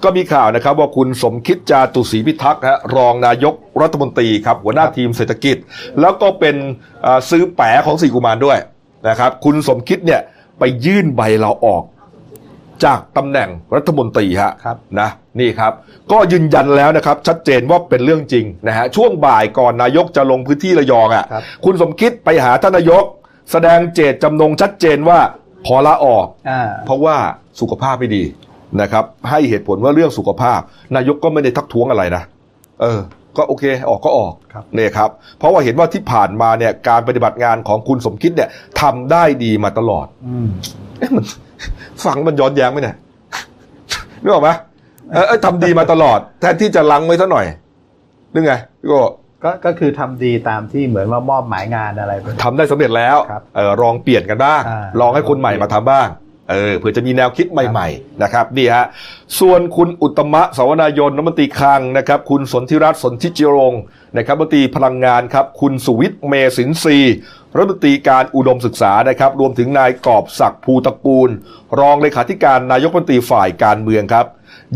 Speaker 1: ก็มีข่าวนะครับว่าคุณสมคิดจาตุศรีพิทักษ์ฮะรองนายกรัฐมนตรีครับ หัวหน้าทีมเศรษฐกิจ แล้วก็เป็นอ่าซื้อแปะของสีกุมารด้วยนะครับ คุณสมคิดเนี่ยไปยื่นใบลาออก จากตำแหน่งรัฐมนตรีฮะ
Speaker 8: ครับ
Speaker 1: นะนี่ครับ ก็ยืนยันแล้วนะครับ ชัดเจนว่าเป็นเรื่องจริงนะฮะช่วงบ่ายก่อนนายกจะลงพื้นที่ระยอง
Speaker 8: ครั
Speaker 1: อะ่ะ
Speaker 8: บ
Speaker 1: คุณสมคิดไปหาท่านนายก แสดงเจตจำนงชัดเจนว่าขอลาออก
Speaker 8: อ่า
Speaker 1: เพราะว่าสุขภาพไม่ดีนะครับ ให้เหตุผลว่าเรื่องสุขภาพ นายกก็ไม่ได้ทักท้วงอะไรนะเออ ก็โอเคออกก็ออก
Speaker 8: ครับ
Speaker 1: เนี่ยครับ เพราะว่าเห็นว่าที่ผ่านมาเนี่ยการปฏิบัติงานของคุณสมคิดเนี่ยทำได้ดีมาตลอด
Speaker 8: อืม
Speaker 1: เอ๊ะมัน ฟังมันย้อนแย้งไหมเนี่ย นึกออกไหมเออเออทำดีมาตลอด แทนที่จะลังไว้ซะหน่อยนึกไงพี่โก็
Speaker 8: ก็ก็คือทำดีตามที่เหมือนว่ามอบหมายงานอะไรไป
Speaker 1: ทำได้สำเร็จแล้ว
Speaker 8: ครับ
Speaker 1: เออลองเปลี่ยนกันบ้าง
Speaker 8: อ่า
Speaker 1: ลองให้คนใหม่มาทำบ้างเออเผื่อจะมีแนวคิดใหม่ ๆ นะครับนี่ฮะส่วนคุณอุตตมะสาวนายนรัฐมนตรีคลังนะครับ คุณสนธิรัตน์สนธิจิรงค์นะครับรัฐมนตรีพลังงานครับ คุณสุวิทย์เมสินทรีย์รัฐมนตรีการอุดมศึกษานะครับ รวมถึงนายกอบศักดิ์ภูตระกูล รองเลขาธิการนายกรัฐมนตรีฝ่ายการเมืองครับ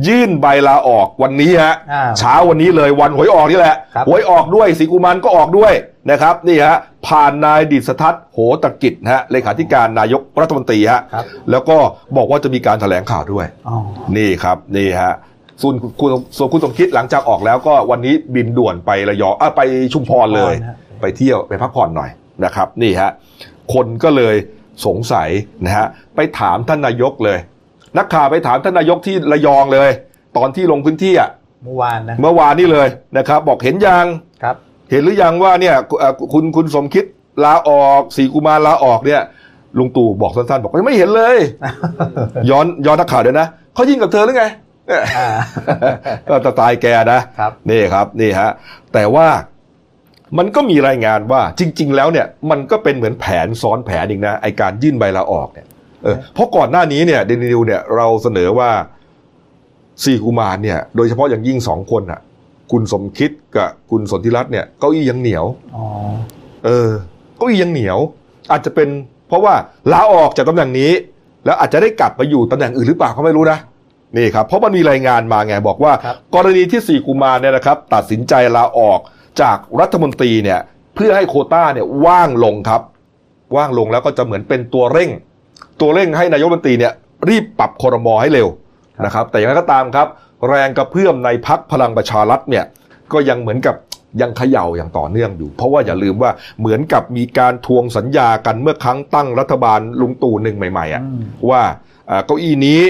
Speaker 1: ยื่นใบลาออกวันนี้ฮะ
Speaker 8: อ่า
Speaker 1: เช้าวันนี้เลยวันหวยออกนี่แหละ
Speaker 8: ครับ
Speaker 1: หวยออกด้วยสีกุมันก็ออกด้วยนะครับนี่ฮะผ่านนายดิษทัศน์โหตกิจนะฮะเลขาธิการนายกรัฐมนตรีฮะ
Speaker 8: ครับ
Speaker 1: แล้วก็บอกว่าจะมีการแถลงข่าวด้วย
Speaker 8: อ๋อ
Speaker 1: นี่ครับนี่ฮะส่วนคุณส่วนคุณสมคิดหลังจากออกแล้วก็วันนี้บินด่วนไประยองอ่ะไปชุมพรเลย
Speaker 8: ชุมพรฮะ
Speaker 1: ไปเที่ยวไปพักผ่อนหน่อยนะครับ นี่ฮะคนก็เลยสงสัยนะฮะไปถามท่านนายกเลย นักข่าวไปถามท่านนายกที่ระยองเลย ตอนที่ลงพื้นที่อ่ะ
Speaker 8: เมื่อวานนะ
Speaker 1: เมื่อวานนี้เลยนะครับ บอกเห็นยัง
Speaker 8: ครับ
Speaker 1: เห็นหรือยังว่าเนี่ยคุณเอ่อคุณคุณสมคิดลาออกสีกุมารลาออกเนี่ยลุงตู่บอกสั้นๆ บอกว่าไม่เห็น เลย ย้อนย้อนนักข่าวด้วยนะเขายิงกับเธอหรือไง เนี่ย
Speaker 8: อ่า
Speaker 1: ก็จะตายแกนะครับ นี่ครับนี่ฮะแต่ว่ามันก็มีรายงานว่าจริง ๆ แล้วเนี่ยมันก็เป็นเหมือนแผนซ้อนแผนอีกนะไอการยื่นใบลาออกเนี่ยเออเพราะก่อนหน้านี้เนี่ยเดนิวเนี่ยเราเสนอว่าสี่กุมารเนี่ย โดยเฉพาะอย่างยิ่งสองคนอ่ะ คุณสมคิดกับคุณสนธิรัตน์เนี่ยเก้าอี้ยังเหนียว
Speaker 8: อ๋อ
Speaker 1: เออเก้าอี้ยังเหนียว อาจจะเป็นเพราะว่าลาออกจากตำแหน่งนี้ แล้วอาจจะได้กลับไปอยู่ตำแหน่งอื่นหรือเปล่าก็ไม่รู้นะนี่ครับเพราะมันมีรายงานมาไงบอกว่า
Speaker 8: ครับ
Speaker 1: กรณีที่สี่กุมารเนี่ยนะครับ ตัดสินใจลาออกจากรัฐมนตรีเนี่ย เพื่อให้โควต้าเนี่ยว่างลงครับ ว่างลงแล้วก็จะเหมือนเป็นตัวเร่ง ตัวเร่งให้นายกรัฐมนตรีเนี่ยรีบปรับครมอให้เร็วนะครับ แต่อย่างไรก็ตามครับ แรงกระเพื่อมในพักพลังประชารัฐเนี่ยก็ยังเหมือนกับยังเขย่าอย่างต่อเนื่องอยู่ เพราะว่าอย่าลืมว่าเหมือนกับมีการทวงสัญญากันเมื่อครั้งตั้งรัฐบาลลุงตู่หนึ่งใหม่ๆอ่ะ
Speaker 8: อืม
Speaker 1: ว่าอ่าเก้าอี้นี้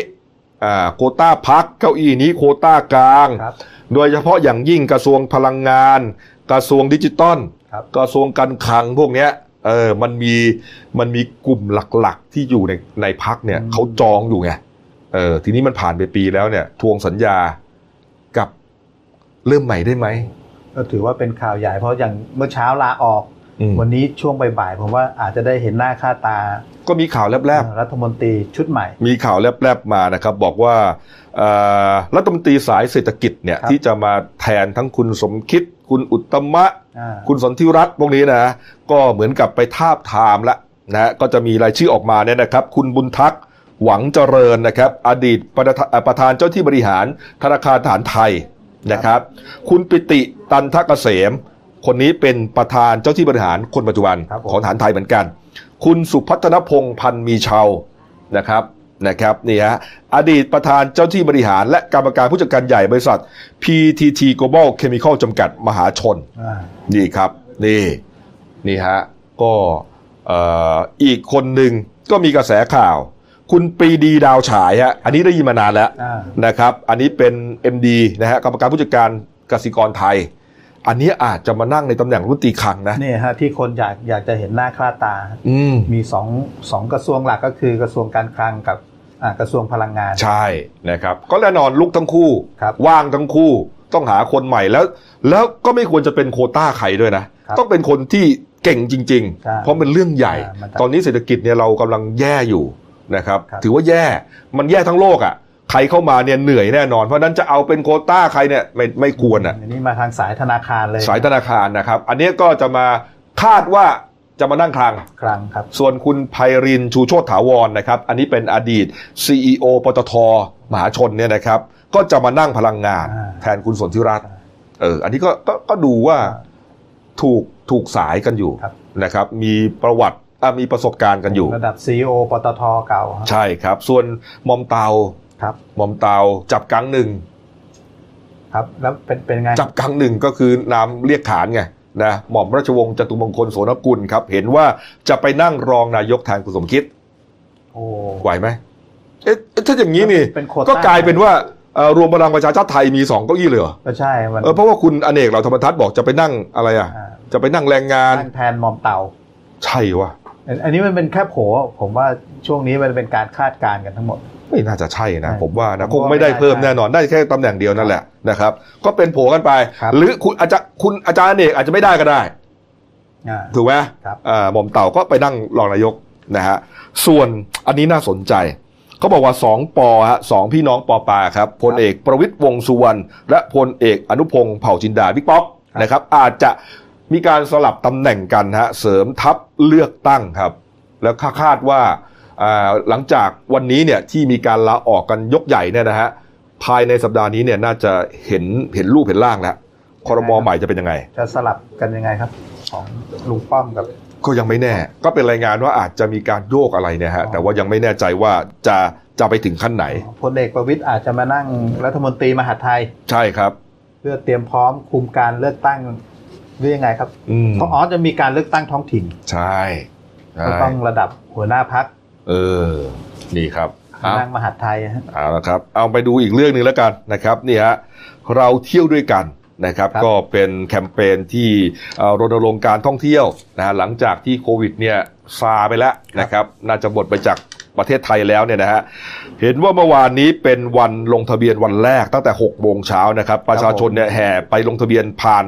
Speaker 1: อ่าโควต้าพักเก้าอี้นี้โควต้ากลาง
Speaker 8: ครับ
Speaker 1: โดยเฉพาะอย่างยิ่งกระทรวงพลังงาน กระทรวงดิจิตอล
Speaker 8: ครับ
Speaker 1: กระทรวงการคลังพวกเนี้ยเออมันมีมันมีกลุ่มหลักๆ ที่อยู่ในในพักเนี่ยเขาจองอยู่ไงเออทีนี้มันผ่านไปปีแล้วเนี่ย ทวงสัญญากับเริ่มใหม่ได้ไหม
Speaker 8: ก็ถือว่าเป็นข่าวใหญ่เพราะอย่างเมื่อเช้าลาออก
Speaker 1: อืม
Speaker 8: วันนี้ช่วงบ่ายๆผมว่าอาจจะได้เห็นหน้าค่าตา
Speaker 1: ก็มีข่าวแลบ
Speaker 8: รัฐมนตรีชุดใหม่
Speaker 1: ๆ มีข่าวแลบๆมานะครับ บอกว่าเอ่อรัฐมนตรีสายเศรษฐกิจเนี่ย
Speaker 8: ครับ
Speaker 1: ที่จะมาแทนทั้งคุณสมคิด คุณอุตตมะ
Speaker 8: อ่า
Speaker 1: คุณสนธิรัตน์พวกนี้นะ ก็เหมือนกับไปทาบทามละนะก็จะมีรายชื่อออกมาเนี่ยนะครับ คุณบุญทักษ์ หวังเจริญนะครับ อดีตประธานเอ่อประธานเจ้าที่บริหารธนาคารทหารไทยนะครับ คุณปิติตันทกเกษม คนนี้เป็นประธานเจ้าที่บริหารคนปัจจุบัน
Speaker 2: ครับผม
Speaker 1: ของทหารไทยเหมือนกัน คุณสุพัฒนพงษ์พันธ์มีเชานะครับนะครับนี่ฮะอดีตประธานเจ้าที่บริหาร และกรรมการผู้จัดการใหญ่บริษัท PTT Global Chemical จำกัดมหาชน
Speaker 2: อ่า
Speaker 1: นี่ครับนี่นี่ฮะก็เอ่ออีกคนหนึ่งก็มีกระแสข่าว คุณปรีดีดาวฉายฮะอันนี้ได้ยินมานานแล้ว
Speaker 2: อ่า
Speaker 1: นะครับ อันนี้เป็น MD นะฮะกรรมการผู้จัดการกสิกรไทย อันนี้อาจจะมานั่งในตำแหน่งรัฐมนตรีคลังนะ
Speaker 2: เนี่ยฮะที่คนอยากอยากจะเห็นหน้าค่าตา
Speaker 1: อืม
Speaker 2: มีสองสองกระทรวงหลักก็คือกระทรวงการคลังกับอ่ากระทรวงพลังงาน
Speaker 1: ใช่นะครับ ก็แน่นอนลุกทั้งคู่
Speaker 2: ครับ
Speaker 1: ว่างทั้งคู่ ต้องหาคนใหม่แล้ว แล้วก็ไม่ควรจะเป็นโควต้าใครด้วยนะ
Speaker 2: ครับ
Speaker 1: ต้องเป็นคนที่เก่งจริง
Speaker 2: ใช่
Speaker 1: ๆ เพราะเป็นเรื่องใหญ่
Speaker 2: อ่ามัน
Speaker 1: ตอนนี้เศรษฐกิจเนี่ยเรากำลังแย่อยู่นะครับ
Speaker 2: ครับ
Speaker 1: ถือว่าแย่มันแย่ทั้งโลกอะ่ะใครเข้ามาเนี่ยเหนื่อยแน่นอน เพราะฉะนั้นจะเอาเป็นโควต้าใครเนี่ยไม่ไม่ควรอ่ะ
Speaker 2: อันนี้มาทางสายธนาคารเลย
Speaker 1: สายธนาคารนะครับ อันเนี้ยก็จะมาคาดว่าจะมานั่งคลัง
Speaker 2: คลังครับ
Speaker 1: ส่วนคุณไพรินทร์ชูโชตถาวรนะครับ อันนี้เป็นอดีต CEO ปตทมหาชนเนี่ยนะครับ ก็จะมานั่งพลังงาน
Speaker 2: อ่า
Speaker 1: แทนคุณสนธิรัตน์เออ อันนี้ก็ก็ก็ดูว่าถูกถูกสายกันอยู่นะครับ มีประวัติอ่ะมีประสบการณ์กันอยู่
Speaker 2: ระดับ CEO ปตทเก่าครับ
Speaker 1: ใช่ครับ ส่วนหมอมเตา
Speaker 2: ครับ
Speaker 1: หมอมเตาจับกังหนึ่ง
Speaker 2: ครับแล้วเป็นเป็นไง
Speaker 1: จับกังหนึ่งก็คือนามเรียกขานไงนะหม่อมราชวงศ์จตุมงคลโสนกุลครับ เห็นว่าจะไปนั่งรองนายกแทนคุณสมคิด
Speaker 2: โอ้
Speaker 1: ไหวไหมเอ๊ะเอ๊ะถ้าอย่างนี้นี่
Speaker 2: เป็นโควต้า
Speaker 1: ก็กลายเป็นว่าเอ่อรวมพลังประชาชาติไทยมีสองเก้าอี้เลยเหรอ
Speaker 2: ก็ใช่มัน
Speaker 1: เออเพราะว่าคุณอเนกเหล่าธรรมทัศน์บอกจะไปนั่งอะไรอ่ะ
Speaker 2: อ่า
Speaker 1: จะไปนั่งแรงงาน
Speaker 2: นั่งแทนมอมเต่า
Speaker 1: ใช่วะ
Speaker 2: อันอันนี้มันเป็นแค่โผล่ผมว่าช่วงนี้มันเป็นการคาดการณ์กันทั้งหมด
Speaker 1: ไม่น่าจะใช่นะ
Speaker 2: ใช่
Speaker 1: ผมว่านะ
Speaker 2: ผม
Speaker 1: ค
Speaker 2: ว่า
Speaker 1: งไม่ได้
Speaker 2: ไม่น่า
Speaker 1: เพิ่มแน่นอนได้แค่ตำแหน่งเดียวนั่นแหละนะครับ ก็เป็นโผกันไป
Speaker 2: ครับ
Speaker 1: หรือคุณอาจจะคุณอาจารย์อเนกอาจจะไม่ได้ก็ได้
Speaker 2: อ่า
Speaker 1: ถูกไหม
Speaker 2: ครับ
Speaker 1: เอ่อหม่อมเต่าก็ไปนั่งรองนายกนะฮะ ส่วนอันนี้น่าสนใจ เขาบอกว่าสองปอฮะสองพี่น้องปอปาครับ พล
Speaker 2: ครับ
Speaker 1: เอกประวิตยวงษ์สุวรรณ และพลเอกอนุพงศ์เผ่าจินดาบิ๊กป๊อก
Speaker 2: ครับ
Speaker 1: นะครับ อาจจะมีการสลับตำแหน่งกันฮะ เสริมทัพเลือกตั้งครับ แล้วคาคาดว่าอ่าหลังจากวันนี้เนี่ยที่มีการลาออกกันยกใหญ่เนี่ยนะฮะ ภายในสัปดาห์นี้เนี่ยน่าจะเห็นเห็นรูปเห็นร่างแล้วคอรมอใหม่จะเป็นยังไง
Speaker 2: จะสลับกันยังไงครับ ของลุงป้อมกับ
Speaker 1: ก็ยังไม่แน่ ก็เป็นรายงานว่าอาจจะมีการโยกอะไรเนี่ยฮะ
Speaker 2: อ๋อ
Speaker 1: แต่ว่ายังไม่แน่ใจว่าจะจะไปถึงขั้นไหน
Speaker 2: พลเอกประวิตยอาจจะมานั่งรัฐมนตรีมหาดไทย
Speaker 1: ใช่ครับ
Speaker 2: เพื่อเตรียมพร้อมคุมการเลือกตั้งหรือยังไงครับ
Speaker 1: อืม
Speaker 2: เพราะอ๋อจะมีการเลือกตั้งท้องถิ่น
Speaker 1: ใช่ใช่
Speaker 2: ก็ต้องระดับหัวหน้าพัก
Speaker 1: เออ นี่ครับเอา
Speaker 2: นั่งมหาดไทยฮะ
Speaker 1: เอาละครับ เอาไปดูอีกเรื่องหนึ่งแล้วกันนะครับนี่ฮะเราเที่ยวด้วยกันนะครับ
Speaker 2: ครับ
Speaker 1: ก็เป็นแคมเปญที่เอ่อรณรงค์การท่องเที่ยวนะฮะหลังจากที่โควิดเนี่ยซาไปแล้วนะครับ น่าจะหมดไปจากประเทศไทยแล้วเนี่ยนะฮะเห็นว่าเมื่อวานนี้เป็นวันลงทะเบียนวันแรกตั้งแต่6โมงเช้านะครับ ประชาชนเนี่ยแห่ไปลงทะเบียนผ่าน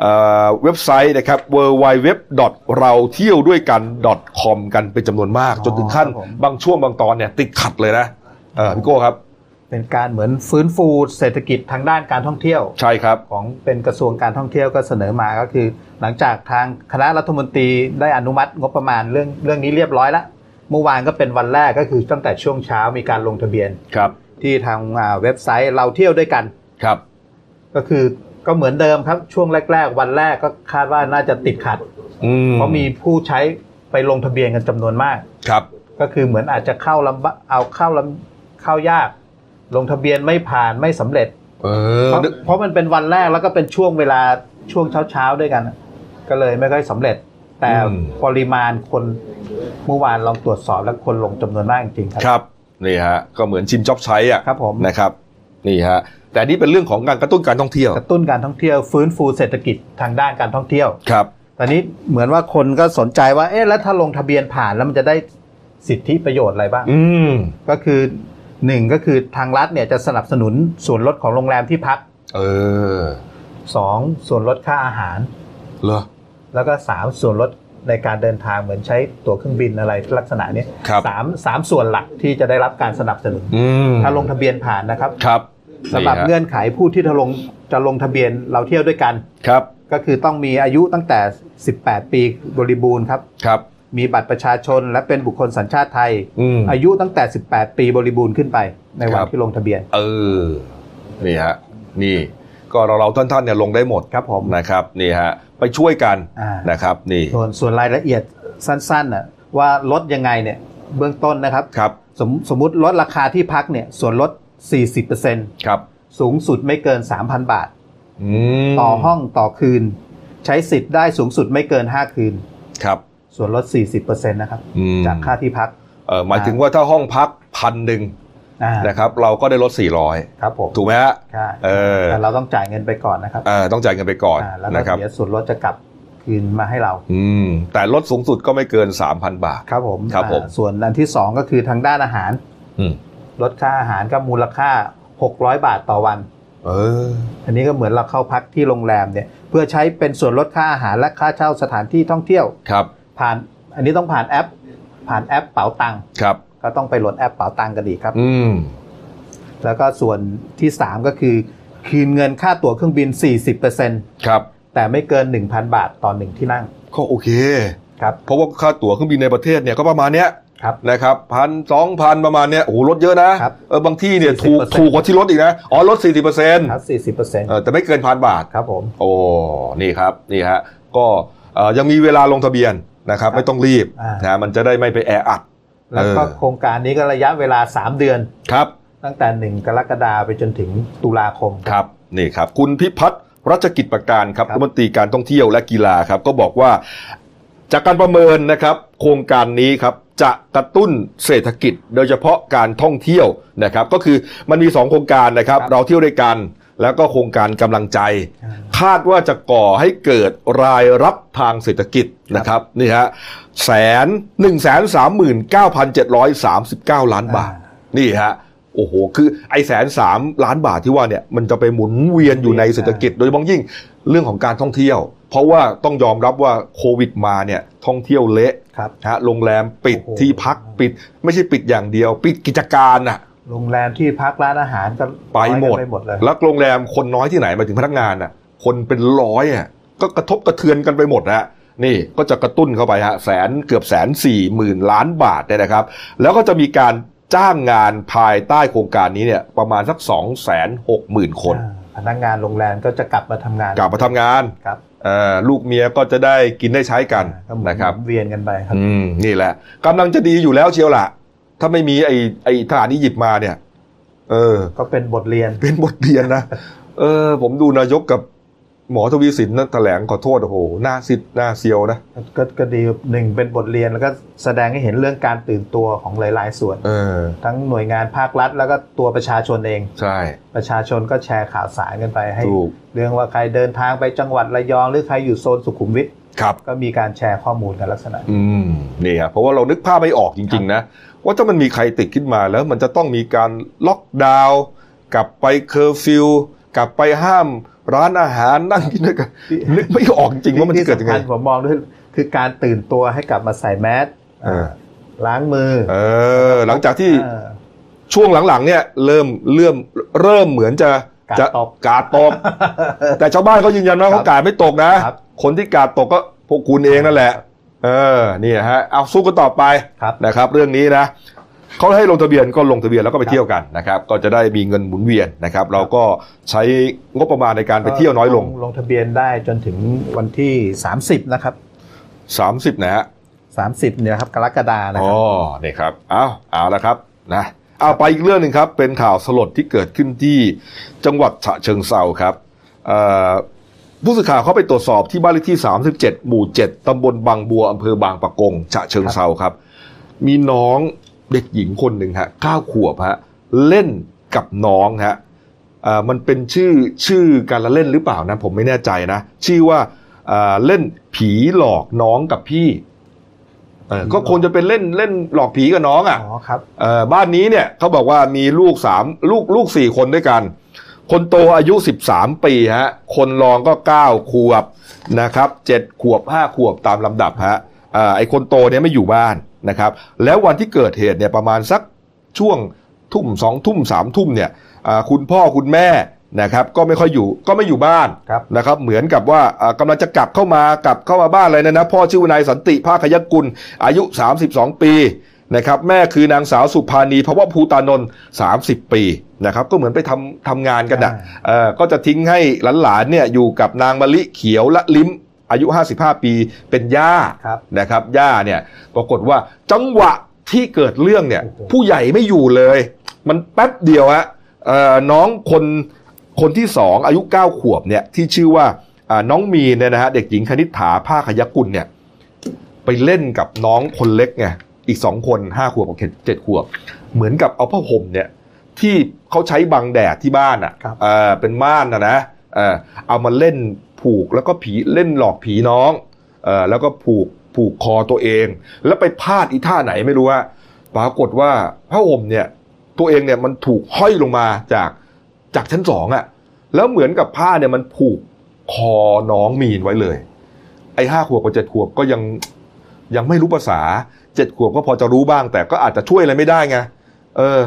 Speaker 1: เอ่อเว็บไซต์นะครับ w w w เราเที่ยวด้วยกัน .com กันเป็นจำนวนมาก จนถึงขั้น
Speaker 2: ครับผม
Speaker 1: บางช่วงบางตอนเนี่ยติดขัดเลยนะเออพี่โก้ครับ
Speaker 2: เป็นการเหมือนฟื้นฟูเศรษฐกิจทางด้านการท่องเที่ยว
Speaker 1: ใช่ครับ
Speaker 2: ของเป็นกระทรวงการท่องเที่ยวก็เสนอมาก็คือ หลังจากทางคณะรัฐมนตรีได้อนุมัติงบประมาณเรื่องเรื่องนี้เรียบร้อยแล้วเมื่อวานก็เป็นวันแรกก็คือตั้งแต่ช่วงเช้ามีการลงทะเบียน
Speaker 1: ครับ
Speaker 2: ที่ทางอ่าเว็บไซต์เราเที่ยวด้วยกัน
Speaker 1: ครับ
Speaker 2: ก็คือก็เหมือนเดิมครับช่วงแรก ๆ วันแรกก็คาดว่าน่าจะติดขัด
Speaker 1: อื
Speaker 2: เพราะมีผู้ใช้ไปลงทะเบียนกันจำนวนมาก
Speaker 1: ครับ
Speaker 2: ก็คือเหมือนอาจจะเข้าลำบะเอาเข้าลำเข้ายาก ลงทะเบียนไม่ผ่านไม่สำเร็จ
Speaker 1: เออ
Speaker 2: เพราะ
Speaker 1: นึก
Speaker 2: เพราะมันเป็นวันแรกแล้วก็เป็นช่วงเวลาช่วงเช้าๆด้วยกัน ก็เลยไม่ค่อยสำเร็จ แต่ปริมาณคนเมื่อวานลองตรวจสอบแล้วคนลงจำนวนมากจริงๆครับ
Speaker 1: ครับนี่ฮะก็เหมือนชิมช็อปใช้อ่ะ
Speaker 2: ครับผม
Speaker 1: นะครับนี่ฮะแต่อันนี่เป็นเรื่องของการกระตุ้นการท่องเที่ยว
Speaker 2: กระตุ้นการท่องเที่ยวฟื้นฟูเศรษฐกิจทางด้านการท่องเที่ยว
Speaker 1: ครับ
Speaker 2: ตอนนี้เหมือนว่าคนก็สนใจว่าเอ๊ะแล้วถ้าลงทะเบียนผ่านแล้วมันจะได้สิทธิประโยชน์อะไรบ้าง
Speaker 1: อืม
Speaker 2: ก็คือหนึ่งก็คือทางรัฐเนี่ยจะสนับสนุนส่วนลดของโรงแรมที่พัก
Speaker 1: เออ
Speaker 2: สองส่วนลดค่าอาหาร
Speaker 1: เหรอ
Speaker 2: แล้วก็สามส่วนลดในการเดินทางเหมือนใช้ตั๋วเครื่องบินอะไรลักษณะเนี้ย
Speaker 1: ครับ
Speaker 2: สามสามส่วนหลักที่จะได้รับการสนับสนุน
Speaker 1: อืม
Speaker 2: ถ้าลงทะเบียนผ่านนะครับ
Speaker 1: ครับ
Speaker 2: สำหรับ
Speaker 1: ฮะ
Speaker 2: เงื่อนไขผู้ที่จะลงจะลงทะเบียนเราเที่ยวด้วยกัน
Speaker 1: ครับ
Speaker 2: ก็คือต้องมีอายุตั้งแต่ 18 ปีบริบูรณ์ครับ
Speaker 1: ครับ
Speaker 8: มีบัตรประชาชน และเป็นบุคคลสัญชาติไทย
Speaker 1: อืม
Speaker 8: อายุตั้งแต่ 18 ปีบริบูรณ์ขึ้นไป ใน
Speaker 1: ค
Speaker 8: วั
Speaker 1: น รับ
Speaker 8: ที่ลงทะเบียน
Speaker 1: เออ นี่ฮะ นี่ ก็เราเราๆท่านๆเนี่ยลงได้หมด
Speaker 8: ครับผม
Speaker 1: นะครับ นี่ฮะ ไปช่วยกัน
Speaker 8: อ่าน
Speaker 1: นะครับ นี่
Speaker 8: ส่วนส่วนรายละเอียดสั้นๆน่ะว่าลดยังไงเนี่ยเบื้องต้นนะครับ
Speaker 1: ครับ
Speaker 8: สมสมมติลดราคาที่พักเนี่ยส่วนลด 40%
Speaker 1: ครับ
Speaker 8: สูงสุดไม่เกิน 3,000 บาท
Speaker 1: อืม
Speaker 8: ต่อห้องต่อคืน ใช้สิทธิ์ได้สูงสุดไม่เกิน 5 คืน
Speaker 1: ครับ
Speaker 8: ส่วนลด 40%นะครับ
Speaker 1: อืม
Speaker 8: จากค่าที่พัก
Speaker 1: เออหมายถึงว่าถ้าห้องพักพันหนึ่ง
Speaker 8: อ่า
Speaker 1: นะครับ เราก็ได้ลด 400
Speaker 8: ครับผม
Speaker 1: ถูกไหมฮะ
Speaker 8: ใช่
Speaker 1: เออ
Speaker 8: แต่เราต้องจ่ายเงินไปก่อนนะครับ
Speaker 1: อ่าต้องจ่ายเงินไปก่อน
Speaker 8: อ่าแล้วก็
Speaker 1: นะครับ
Speaker 8: เดี๋ยวส่วนลดจะกลับคืนมาให้เรา
Speaker 1: อืม แต่ลดสูงสุดก็ไม่เกิน 3,000 บาท
Speaker 8: ครับผม
Speaker 1: ครับผม
Speaker 8: อ่าส่วนอันที่ 2 ก็คือทางด้านอาหาร
Speaker 1: อืม
Speaker 8: ลดค่าอาหารก็มูลค่า 600 บาทต่อวัน
Speaker 1: เออ
Speaker 8: อันนี้ก็เหมือนเราเข้าพักที่โรงแรมเนี่ยเพื่อใช้เป็นส่วนลดค่าอาหารและค่าเช่าสถานที่ท่องเที่ยว
Speaker 1: ครับ
Speaker 8: ผ่านอันนี้ต้องผ่านแอป ผ่านแอปเป๋าตังค์
Speaker 1: ครับ
Speaker 8: ก็ต้องไปโหลดแอปเป๋าตังค์กันดีกครับ
Speaker 1: อืม
Speaker 8: แล้วก็ส่วนที่ 3 ก็คือ คืนเงินค่าตั๋วเครื่องบิน 40%
Speaker 1: ครับ
Speaker 8: แต่ไม่เกิน 1,000 บาทต่อหนึ่งที่นั่ง
Speaker 1: ก็โอเค
Speaker 8: ครับ
Speaker 1: เพราะว่าค่าตั๋วเครื่องบินในประเทศเนี่ยก็ประมาณเนี้ย
Speaker 8: ครับ
Speaker 1: นะครับพันสองพันประมาณเนี้ยโอ้โหลดเยอะนะครับ เออบางที่เนี่ย
Speaker 8: 40%
Speaker 1: ถูกถูกกว่าที่ลดอีกนะอ๋อลดสี่สิบเปอร์เซ็นต์
Speaker 8: ครับ 40%
Speaker 1: เออแต่ไม่เกินพันบาท
Speaker 8: ครับผม
Speaker 1: โอ้นี่ครับนี่ฮะก็เอ่อยังมีเวลาลงทะเบียนนะครับ
Speaker 8: ครับ
Speaker 1: ไม่ต้องรีบ
Speaker 8: อ่าน
Speaker 1: นะมันจะได้ไม่ไปแออัด
Speaker 8: แล้วก็
Speaker 1: เออ
Speaker 8: โครงการนี้ก็ระยะเวลา 3 เดือน
Speaker 1: ครับ
Speaker 8: ตั้งแต่ 1 กรกฎาไปจนถึงตุลาคม
Speaker 1: ครับนี่ครับ คุณพิพัฒน์รัชกิจประการครับ
Speaker 8: ครับ
Speaker 1: รัฐมนตรีการท่องเที่ยวและกีฬาครับก็บอกว่า จากการประเมินนะครับ โครงการนี้ครับจะกระตุ้นเศรษฐกิจโดยเฉพาะการท่องเที่ยวนะครับ ก็คือมันมี 2 โครงการนะครับ เราเที่ยวด้วยกัน แล้วก็โครงการกำลังใจ คาดว่าจะก่อให้เกิดรายรับทางเศรษฐกิจนะครับนี่ฮะแสนหนึ่งแสนสามหมื่นเก้าพันเจ็ดร้อยสามสิบเก้าล้านบาท นี่ฮะโอ้โห คือไอแสนสามล้านบาทที่ว่าเนี่ยมันจะไปหมุนเวียนอยู่ในเศรษฐกิจ โดยเฉพาะยิ่งเรื่องของการท่องเที่ยว เพราะว่าต้องยอมรับว่าโควิดมาเนี่ยท่องเที่ยวเละ
Speaker 8: ครับ
Speaker 1: ฮะโรงแรมปิด
Speaker 8: โอ้โห
Speaker 1: ที่พักปิดไม่ใช่ปิดอย่างเดียว ปิดกิจการน่ะ
Speaker 8: โรงแรมที่พักร้านอาหารก็
Speaker 1: ไปหมด
Speaker 8: ไปหมดเลย
Speaker 1: แล้วโรงแรมคนน้อยที่ไหนหมายถึงพนักงานน่ะคนเป็นร้อยอ่ะก็กระทบกระเทือนกันไปหมดนะฮะนี่ก็จะกระตุ้นเข้าไปฮะแสนเกือบแสนสี่หมื่นล้านบาทเนี่ยนะครับ แล้วก็จะมีการจ้างงานภายใต้โครงการนี้เนี่ยประมาณสักสองแสนหกหมื่นคน
Speaker 8: อ่าพนักงานโรงแรมก็จะกลับมาทำงาน
Speaker 1: กลับมาทำงาน
Speaker 8: ครับ
Speaker 1: เอ่อลูกเมียก็จะได้กินได้ใช้กัน
Speaker 8: ก็หมุ
Speaker 1: นะครับ
Speaker 8: เวียนกันไปครับ
Speaker 1: อืมนี่แหละกำลังจะดีอยู่แล้วเชียวล่ะ ถ้าไม่มีไอ้ไอ้ทหารนี้หยิบมาเนี่ย เออ
Speaker 8: ก็เป็นบทเรียน
Speaker 1: เป็นบทเรียนนะ เออ ผมดูนายกกับหมอทวีสินนะแถลงขอโทษโอ้โหหน้าซิดหน้าเซียวนะ
Speaker 8: ก็ก็ดีหนึ่งเป็นบทเรียนแล้วก็แสดงให้เห็นเรื่องการตื่นตัวของหลาย ๆ ส่วน
Speaker 1: เออ
Speaker 8: ทั้งหน่วยงานภาครัฐ แล้วก็ตัวประชาชนเอง
Speaker 1: ใช่
Speaker 8: ประชาชนก็แชร์ข่าวสารกันไปให้
Speaker 1: ถูก
Speaker 8: เรื่องว่าใครเดินทางไปจังหวัดระยอง หรือใครอยู่โซนสุขุมวิท
Speaker 1: ครับ
Speaker 8: ก็มีการแชร์ข้อมูลกันลักษณะ
Speaker 1: อืมนี่ครับเพราะว่าเรานึกภาพไม่ออกจริง ๆ นะ ว่าถ้ามันมีใครติดขึ้นมาแล้วมันจะต้องมีการล็อกดาวน์กลับไปเคอร์ฟิวกลับไปห้ามร้านอาหารนั่งกินด้วยกันนึกไม่ออกจริงว่ามันจะเกิดยังไง
Speaker 8: ที่สำคัญผมมองด้วยคือการตื่นตัวให้กลับมาใส่แมส
Speaker 1: เออ
Speaker 8: ล้างมือ
Speaker 1: เออ หลังจากที่
Speaker 8: เออ
Speaker 1: ช่วงหลังๆเนี่ยเริ่มเริ่มเริ่มเหมือนจะ
Speaker 8: กาด
Speaker 1: จะ
Speaker 8: ตก
Speaker 1: กาดตก แต่ชาวบ้านเขายืนยันว่า
Speaker 8: ครับ
Speaker 1: เขากาดไม่ตกนะ
Speaker 8: ครับ
Speaker 1: คนที่กาดตกก็พวกคุณเองนั่นแหละ เออนี่ฮะเอาสู้กันต่อไป
Speaker 8: ครับ
Speaker 1: นะครับ เรื่องนี้นะเขาให้ลงทะเบียนก็ลงทะเบียนแล้วก็ไปเที่ยวกันนะครับ ก็จะได้มีเงินหมุนเวียนนะครับ เราก็ใช้งบประมาณในการไปเที่ยวน้อยลง
Speaker 8: ลงทะเบียนได้จนถึงวันที่ 30 นะครับ
Speaker 1: 30 นะฮะ
Speaker 8: 30เนี่ยนะครับกรกฎานะ
Speaker 1: อ๋
Speaker 8: ค
Speaker 1: อ
Speaker 8: รับ
Speaker 1: นี่ครับเอาเอาละครับนะเอาไปอีกเรื่องหนึ่งครับ เป็นข่าวสลดที่เกิดขึ้นที่จังหวัดฉะเชิงเซาครับเอ่อผู้สื่อข่าวเขาไปตรวจสอบที่บ้านเลขที่ 37 หมู่ 7ตำบลบางบัวอำเภอบางปะกงฉะเชิงเซาครับ มีน้องเด็กหญิงคนหนึ่งฮะเก้าขวบฮะเล่นกับน้องฮะเอ่อมันเป็นชื่อชื่อการละเล่นหรือเปล่านะ ผมไม่แน่ใจนะ ชื่อว่าเอ่อเล่นผีหลอกน้องกับพี่เออก็คงจะเป็นเล่นเล่นหลอกผีกับน้องอ่ะ
Speaker 8: อ๋อครับ
Speaker 1: เอ่อบ้านนี้เนี่ยเขาบอกว่ามีลูกสามลูกลูกสี่คนด้วยกัน คนโตอายุ 13 ปีฮะคนรองก็ 9 ขวบนะครับ7ขวบ 5 ขวบตามลำดับฮะเอ่อไอคนโตเนี่ยไม่อยู่บ้านนะครับ แล้ววันที่เกิดเหตุเนี่ยประมาณสักช่วงทุ่มสองทุ่มสามทุ่มเนี่ยอ่าคุณพ่อคุณแม่ นะครับ ก็ไม่ค่อยอยู่ก็ไม่อยู่บ้าน
Speaker 8: ครับ
Speaker 1: นะครับ เหมือนกับว่าอ่ากำลังจะกลับเข้ามากลับเข้ามาบ้านเลยนะนะพ่อชื่อว่านายสันติภาคยกุล อายุ 32 ปีนะครับแม่คือนางสาวสุภานีภาวะภูตานนท์30 ปีนะครับ ก็เหมือนไปทำทำงานกันนะ เอ่อก็จะทิ้งให้หลานๆเนี่ยอยู่กับนางมะลิเขียวละลิ้มอายุ 55 ปีเป็นย่า
Speaker 8: ครับ
Speaker 1: นะครับย่าเนี่ยปรากฏว่าจังหวะที่เกิดเรื่องเนี่ยผู้ใหญ่ไม่อยู่เลย มันแป๊บเดียวฮะเอ่อน้องคนคนที่สองอายุ 9 ขวบเนี่ยที่ชื่อว่าอ่าน้องมีนเนี่ยนะฮะเด็กหญิงคณิษฐาภาคยกุลเนี่ยไปเล่นกับน้องคนเล็กไงอีกสองคนห้าขวบกับเจ็ดขวบ เหมือนกับเอาผ้าห่มเนี่ย ที่เขาใช้บังแดดที่บ้านอ่ะ
Speaker 8: ครับ
Speaker 1: เอ่อเป็นม่านนะนะเอ่อเอามาเล่นผูกแล้วก็ผีเล่นหลอกผีน้องเออแล้วก็ผูกผูกคอตัวเอง แล้วไปพลาดอีท่าไหนไม่รู้ว่าปรากฏว่าผ้าห่มเนี่ย ตัวเองเนี่ยมันถูกห้อยลงมาจากจากชั้นสองอ่ะ แล้วเหมือนกับผ้าเนี่ยมันผูกคอน้องมีนไว้เลย ไอ้ห้าขวบกับเจ็ดขวบก็ยังยังไม่รู้ภาษาเจ็ดขวบก็พอจะรู้บ้าง แต่ก็อาจจะช่วยอะไรไม่ได้ไงเออ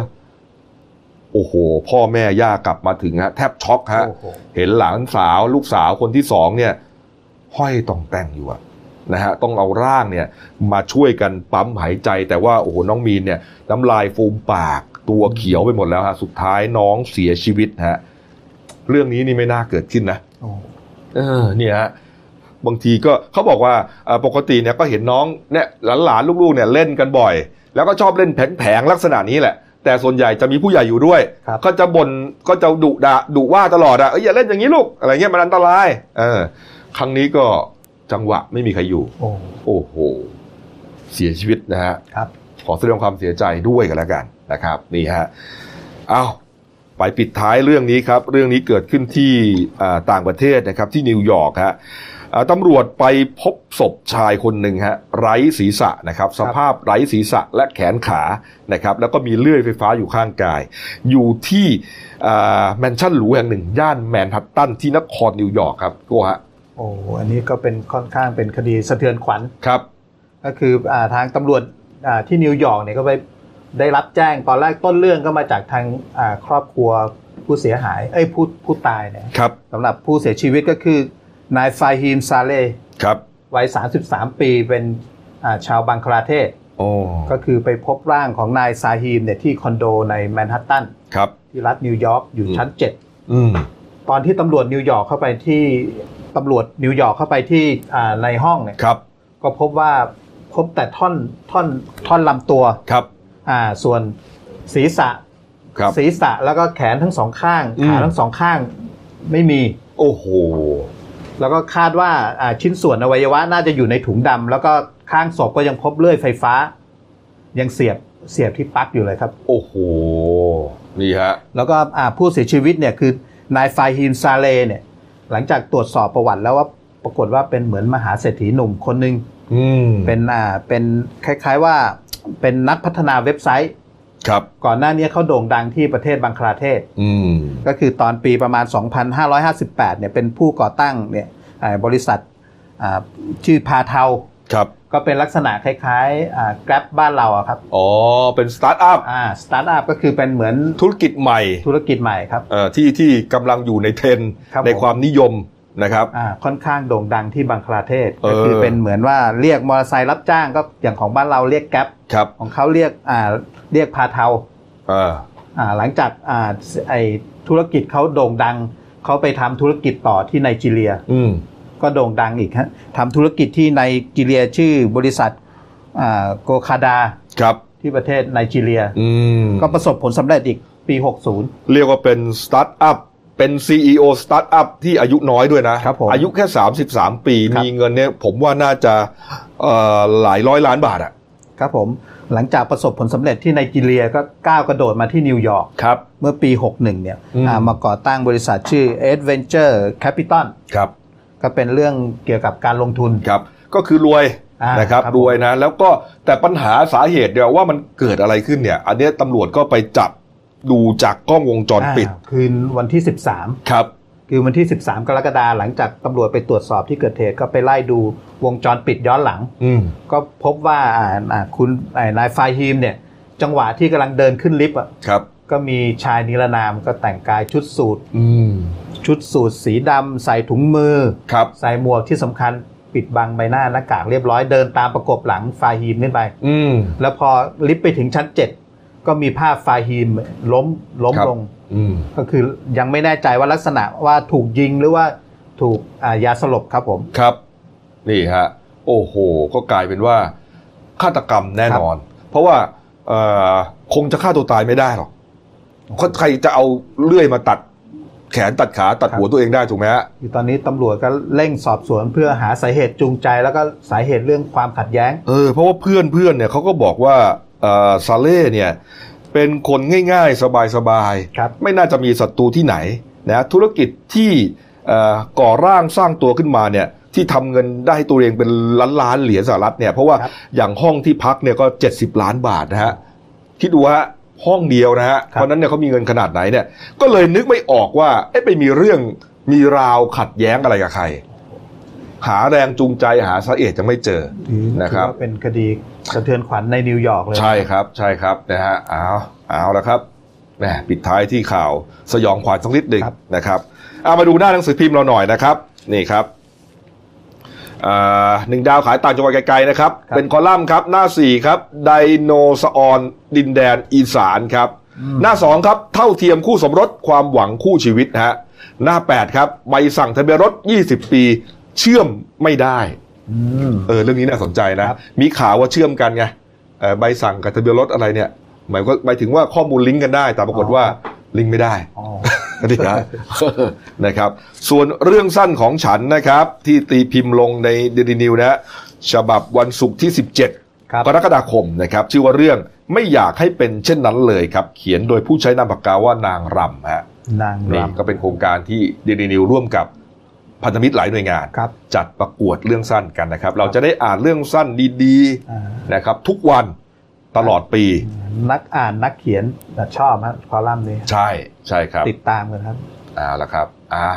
Speaker 1: โอ้โห พ่อแม่ย่ากลับมาถึงฮะแทบช็อกฮะ
Speaker 8: โอ้โห
Speaker 1: เห็นหลานสาวลูกสาวคนที่สองเนี่ย ห้อยต่องแต่งอยู่อะนะฮะต้องเอาร่างเนี่ย มาช่วยกันปั๊มหายใจ แต่ว่าโอ้โหน้องมีนเนี่ยน้ำลายฟูมปากตัวเขียวไปหมดแล้วฮะสุดท้ายน้องเสียชีวิตฮะเรื่องนี้นี่ไม่น่าเกิดขึ้นนะ
Speaker 8: โอ้
Speaker 1: เออเนี่ยฮะบางทีก็เขาบอกว่าเอ่อปกติเนี่ยก็เห็นน้องเนี่ยหลานๆลูกๆเนี่ยเล่นกันบ่อย แล้วก็ชอบเล่นแผงๆลักษณะนี้แหละ แต่ส่วนใหญ่จะมีผู้ใหญ่อยู่ด้วย
Speaker 8: ครับ
Speaker 1: ก็จะบน่นก็จะดุด่าดุว่าตลอดอะเอ้ยอย่าเล่นอย่างนี้ลูกอะไรเงี้ยมันอันตรายเออครั้งนี้ก็จังหวะไม่มีใครอยู่
Speaker 8: โอ้
Speaker 1: โอ้โห เสียชีวิตนะฮะ
Speaker 8: ครับ
Speaker 1: ขอแสดงความเสียใจด้วยกันแล้วกันนะครับนี่ฮะเอาไปปิดท้ายเรื่องนี้ครับ เรื่องนี้เกิดขึ้นที่อ่าต่างประเทศนะครับที่นิวยอร์กฮะอ่าตำรวจไปพบศพชายคนหนึ่งฮะไร้ศีรษะนะครับ สภาพไร้ศีรษะและแขนขานะครับ แล้วก็มีเลื่อยไฟฟ้าอยู่ข้างกาย อยู่ที่อ่าแมนชั่นหรูแห่งหนึ่ง ย่านแมนฮัตตันที่นครนิวยอร์กครับโกฮะ
Speaker 8: โอ้อันนี้ก็เป็นค่อนข้างเป็นคดีสะเทือนขวัญ
Speaker 1: ครับ
Speaker 8: ก็คืออาทางตำรวจอ่าที่นิวยอร์กเนี่ยก็ไปได้รับแจ้งตอนแรกต้นเรื่องก็มาจากทางอ่าครอบครัวผู้เสียหาย เอ้ยผู้ผู้ตายเนี่ย
Speaker 1: ครับ
Speaker 8: สำหรับผู้เสียชีวิตก็คือนายฟาฮีมซาเลห์
Speaker 1: ครับ
Speaker 8: วัย 33 ปีเป็นอ่าชาวบังคลาเทศ
Speaker 1: โอ้
Speaker 8: ก็คือไปพบร่างของนายซาฮีมเนี่ยที่คอนโดในแมนฮัตตัน
Speaker 1: ครับ
Speaker 8: ที่รัฐนิวยอร์กอยู่
Speaker 1: อืม
Speaker 8: ชั้น 7
Speaker 1: อืม
Speaker 8: ตอนที่ตำรวจนิวยอร์กเข้าไปที่ตำรวจนิวยอร์กเข้าไปที่อ่าในห้องเนี่ย
Speaker 1: ครับ
Speaker 8: ก็พบว่าพบแต่ท่อนท่อนท่อนลำตัว
Speaker 1: ครับ
Speaker 8: อ่าส่วนศีรษะ
Speaker 1: ครับ
Speaker 8: ศีรษะแล้วก็แขนทั้งสองข้าง
Speaker 1: อืม
Speaker 8: ขาทั้งสองข้างไม่มี
Speaker 1: โอ้โห
Speaker 8: แล้วก็คาดว่าอ่าชิ้นส่วนอวัยวะน่าจะอยู่ในถุงดำแล้วก็ข้างศพก็ยังพบเลื่อยไฟฟ้า ยังเสียบเสียบที่ปลั๊กอยู่เลยครับ
Speaker 1: โอ้โห นี่ฮะ
Speaker 8: แล้วก็อ่าผู้เสียชีวิตเนี่ยคือนายฟาฮิมซาเลห์เนี่ยหลังจากตรวจสอบประวัติแล้วว่าปรากฏว่าเป็นเหมือนมหาเศรษฐีหนุ่มคนหนึ่ง
Speaker 1: อืม
Speaker 8: เป็นอ่าเป็นคล้ายๆว่าเป็นนักพัฒนาเว็บไซต์
Speaker 1: ครับ
Speaker 8: ก่อนหน้านี้เขาโด่งดังที่ประเทศบังคลาเทศ
Speaker 1: อืม
Speaker 8: ก็คือตอนปีประมาณ 2558เนี่ยเป็นผู้ก่อตั้งเนี่ยอ่าบริษัทอ่าชื่อพาเทา
Speaker 1: ครับ
Speaker 8: ก็เป็นลักษณะคล้ายๆอ่า Grab บ้านเราอะครับ
Speaker 1: อ๋อ เป็นสตาร์ทอัพ
Speaker 8: อ่าสตาร์ทอัพก็คือเป็นเหมือน
Speaker 1: ธุรกิจใหม่
Speaker 8: ธุรกิจใหม่ครับ
Speaker 1: เอ่อ ที่ที่กำลังอยู่ในเทรนด์
Speaker 8: ครับผม
Speaker 1: ในความนิยมนะครับ
Speaker 8: อ่าค่อนข้างโด่งดังที่บังคลาเทศ
Speaker 1: เออ
Speaker 8: ก็คือเป็นเหมือนว่าเรียกมอเตอร์ไซค์รับจ้างก็อย่างของบ้านเราเรียกแก๊ป
Speaker 1: ครับ
Speaker 8: ของเขาเรียกอ่าเรียกพาเทา
Speaker 1: เอ่า
Speaker 8: อ่าหลังจากอ่าไอธุรกิจเขาโด่งดังเขาไปทำธุรกิจต่อที่ไนจีเรีย
Speaker 1: อืม
Speaker 8: ก็โด่งดังอีกฮะทำธุรกิจที่ไนจีเรียชื่อบริษัทอ่าโกคาดา
Speaker 1: ครับ
Speaker 8: ที่ประเทศไนจีเรีย
Speaker 1: อืม
Speaker 8: ก็ประสบผลสำเร็จอีกปี 60
Speaker 1: เรียกว่าเป็นสตาร์ทอัพ เป็น CEO สตาร์ทอัพที่อายุน้อยด้วยนะ
Speaker 8: ครับผม
Speaker 1: อายุแค่ 33 ปี
Speaker 8: ครับ
Speaker 1: มีเงินเนี่ย ผมว่าน่าจะเอ่อหลายร้อยล้านบาทอะ
Speaker 8: ครับผมหลังจากประสบผลสำเร็จที่ไนจีเรียก็ก้าวกระโดดมาที่นิวยอร์ก
Speaker 1: ครับ
Speaker 8: เมื่อปี 61 เนี่ย
Speaker 1: อืม
Speaker 8: อ่ามาก่อตั้งบริษัทชื่อ Adventure Capital
Speaker 1: ครับ
Speaker 8: ก็เป็นเรื่องเกี่ยวกับการลงทุน
Speaker 1: ครับ ก็คือรวย
Speaker 8: อ่าน
Speaker 1: นะครับ
Speaker 8: ครับ
Speaker 1: รวยนะแล้วก็แต่ปัญหาสาเหตุเดียวว่ามันเกิดอะไรขึ้นเนี่ย อันเนี้ยตำรวจก็ไปจับดูจากกล้องวงจรา ปิด
Speaker 8: คืนวันที่
Speaker 1: ครับ
Speaker 8: 13 คือวันที่ 13 กรกฎาคมหลังจากตำรวจไปตรวจสอบที่เกิดเหตุก็ไปไล่ดูวงจรปิดย้อนหลัง
Speaker 1: อืม
Speaker 8: ก็พบว่าอ่าอ่าคุณอ่านายฟาฮีมเนี่ยจังหวะที่กำลังเดินขึ้นลิฟต์อะ
Speaker 1: ครับ
Speaker 8: ก็มีชายนิรนามก็แต่งกายชุดสูท
Speaker 1: อืม
Speaker 8: ชุดสูทสีดำใส่ถุงมือ
Speaker 1: ครับ
Speaker 8: ใส่หมวกที่สำคัญปิดบังใบหน้าหน้ากากเรียบร้อยเดินตามประกบหลังฟาฮีมขึ้นไป
Speaker 1: อืม
Speaker 8: แล้วพอลิฟต์ไปถึงชั้น 7 ก็มีภาพฟาฮีมล้มล้ม
Speaker 1: ครับ
Speaker 8: ลง
Speaker 1: อืม
Speaker 8: ก็คือยังไม่แน่ใจว่าลักษณะว่าถูกยิงหรือว่าถูกอ่ายาสลบครับผม
Speaker 1: ครับ นี่ฮะ โอ้โห ก็กลายเป็นว่าฆาตกรรมแน่นอน เพราะว่าเอ่อคงจะฆ่าตัวตายไม่ได้หรอกเพราะใครจะเอาเลื่อยมาตัดแขนตัดขาตัด
Speaker 8: ครับ
Speaker 1: หัวตัวเองได้ถูกไหมฮะ
Speaker 8: อยู่ตอนนี้ตำรวจก็เร่งสอบสวนเพื่อหาสาเหตุจูงใจ แล้วก็สาเหตุเรื่องความขัดแย้ง
Speaker 1: เออเพราะว่าเพื่อนเพื่อนเนี่ยเขาก็บอกว่าเอ่อซาเล่เนี่ยเป็นคนง่ายๆ สบาย
Speaker 8: ครับ
Speaker 1: ๆ ไม่น่าจะมีศัตรูที่ไหนนะธุรกิจที่เอ่อก่อร่างสร้างตัวขึ้นมาเนี่ยที่ทำเงินได้ให้ตัวเองเป็นล้านล้านๆเหรียญสหรัฐเนี่ยเพราะว่าอย่างห้องที่พักเนี่ยก็ 70 ล้านบาทนะฮะคิดดูฮะห้องเดียวนะฮะเพราะฉะนั้นเนี่ยเขามีเงินขนาดไหนเนี่ยก็เลยนึกไม่ออกว่าเอ๊ะไปมีเรื่องมีราวขัดแย้งอะไรกับใคร หาแรงจูงใจหาสาเหตุยังไม่เจอนะครับ
Speaker 8: ถือว่าเป็นคดีสะเทือนขวัญในนิวยอร์กเลย
Speaker 1: ใช่ครับใช่ครับนะฮะเอาเอาแล้วครับแหมปิดท้ายที่ข่าวสยองขวัญสักนิดหนึ่ง
Speaker 8: ครับ
Speaker 1: นะครับเอามาดูหน้าหนังสือพิมพ์เราหน่อยนะครับ นี่ครับอ่าหนึ่งดาวขายต่างจังหวัดไกลๆนะครับ เป็นคอลัมน์ครับ หน้า 4 ครับ ไดโนเสาร์ดินแดนอีสานครับ หน้า 2 ครับ เท่าเทียมคู่สมรสความหวังคู่ชีวิตฮะหน้า 8 ครับใบสั่งทะเบียนรถ 20 ปี เชื่อมไม่ได้
Speaker 8: อืม
Speaker 1: เออเรื่องนี้น่าสนใจนะ
Speaker 8: ครับ
Speaker 1: มีข่าวว่าเชื่อมกันไงเอ่อใบสั่งกับทะเบียนรถอะไรเนี่ย หมายก็หมายถึงว่าข้อมูลลิงก์กันได้ แต่ปรากฏว่าลิงก์ไม่ได้
Speaker 8: อ๋อ
Speaker 1: นี่นะ นะครับ ส่วนเรื่องสั้นของฉันนะครับ ที่ตีพิมพ์ลงในเดลินิวนะฮะฉบับวันศุกร์ที่ 17
Speaker 8: ครับ
Speaker 1: กรกฎาคมนะครับ ชื่อว่าเรื่องไม่อยากให้เป็นเช่นนั้นเลยครับ เขียนโดยผู้ใช้นามปากกาว่านางรำฮะ
Speaker 8: นาง
Speaker 1: นี่
Speaker 8: รำ
Speaker 1: ก็เป็นโครงการที่เดลินิวร่วมกับพันธมิตรหลายหน่วยงาน
Speaker 8: ครับ
Speaker 1: จัดประกวดเรื่องสั้นกันนะครับ เราจะได้อ่านเรื่องสั้นดี
Speaker 8: อ่า
Speaker 1: ๆนะครับ ทุกวันตลอดปี
Speaker 8: นักอ่านนักเขียนชอบฮะคอลัมน์นี้
Speaker 1: ใช่ใช่ครับ
Speaker 8: ติดตามกันครับ
Speaker 1: เอาละครับ อ่า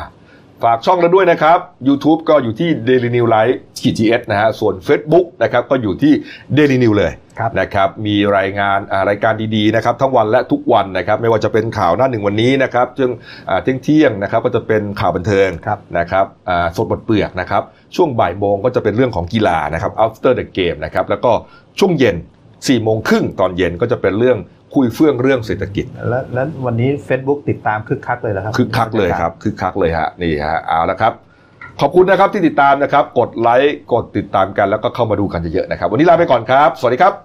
Speaker 1: ฝากช่องเราด้วยนะครับ YouTube ก็อยู่ที่ Daily New Life ขีดจีนะฮะ ส่วน Facebook นะครับ ก็อยู่ที่ Daily New เลย
Speaker 8: ครับ
Speaker 1: นะครับ มีรายงานอ่ารายการดีๆ นะครับ ทั้งวันและทุกวันนะครับ ไม่ว่าจะเป็นข่าวหน้าหนึ่งวันนี้นะครับเช่งอ่าเที่ยงเที่ยงๆนะครับ ก็จะเป็นข่าวบันเทิง
Speaker 8: ครับ
Speaker 1: นะครับอ่าสดบทเปลือกนะครับ ช่วงบ่ายโมงก็จะเป็นเรื่องของกีฬานะครับ after the game นะครับ แล้วก็ช่วงเย็น4ี่โมงครึ่งตอนเย็นก็จะเป็นเรื่องคุยเฟื่องเรื่องเศรษฐกิจ
Speaker 8: แล้วแล้ววันนี้ Facebook ติดตามคึกคักเลยเหรอครับ
Speaker 1: คึกคักเลยครับคึกคักเลยฮะนี่ฮะเอาละครับ ขอบคุณนะครับที่ติดตามนะครับ กดไลค์กดติดตามกันแล้วก็เข้ามาดูกันเยอะๆนะครับ วันนี้ลาไปก่อนครับ สวัสดีครับ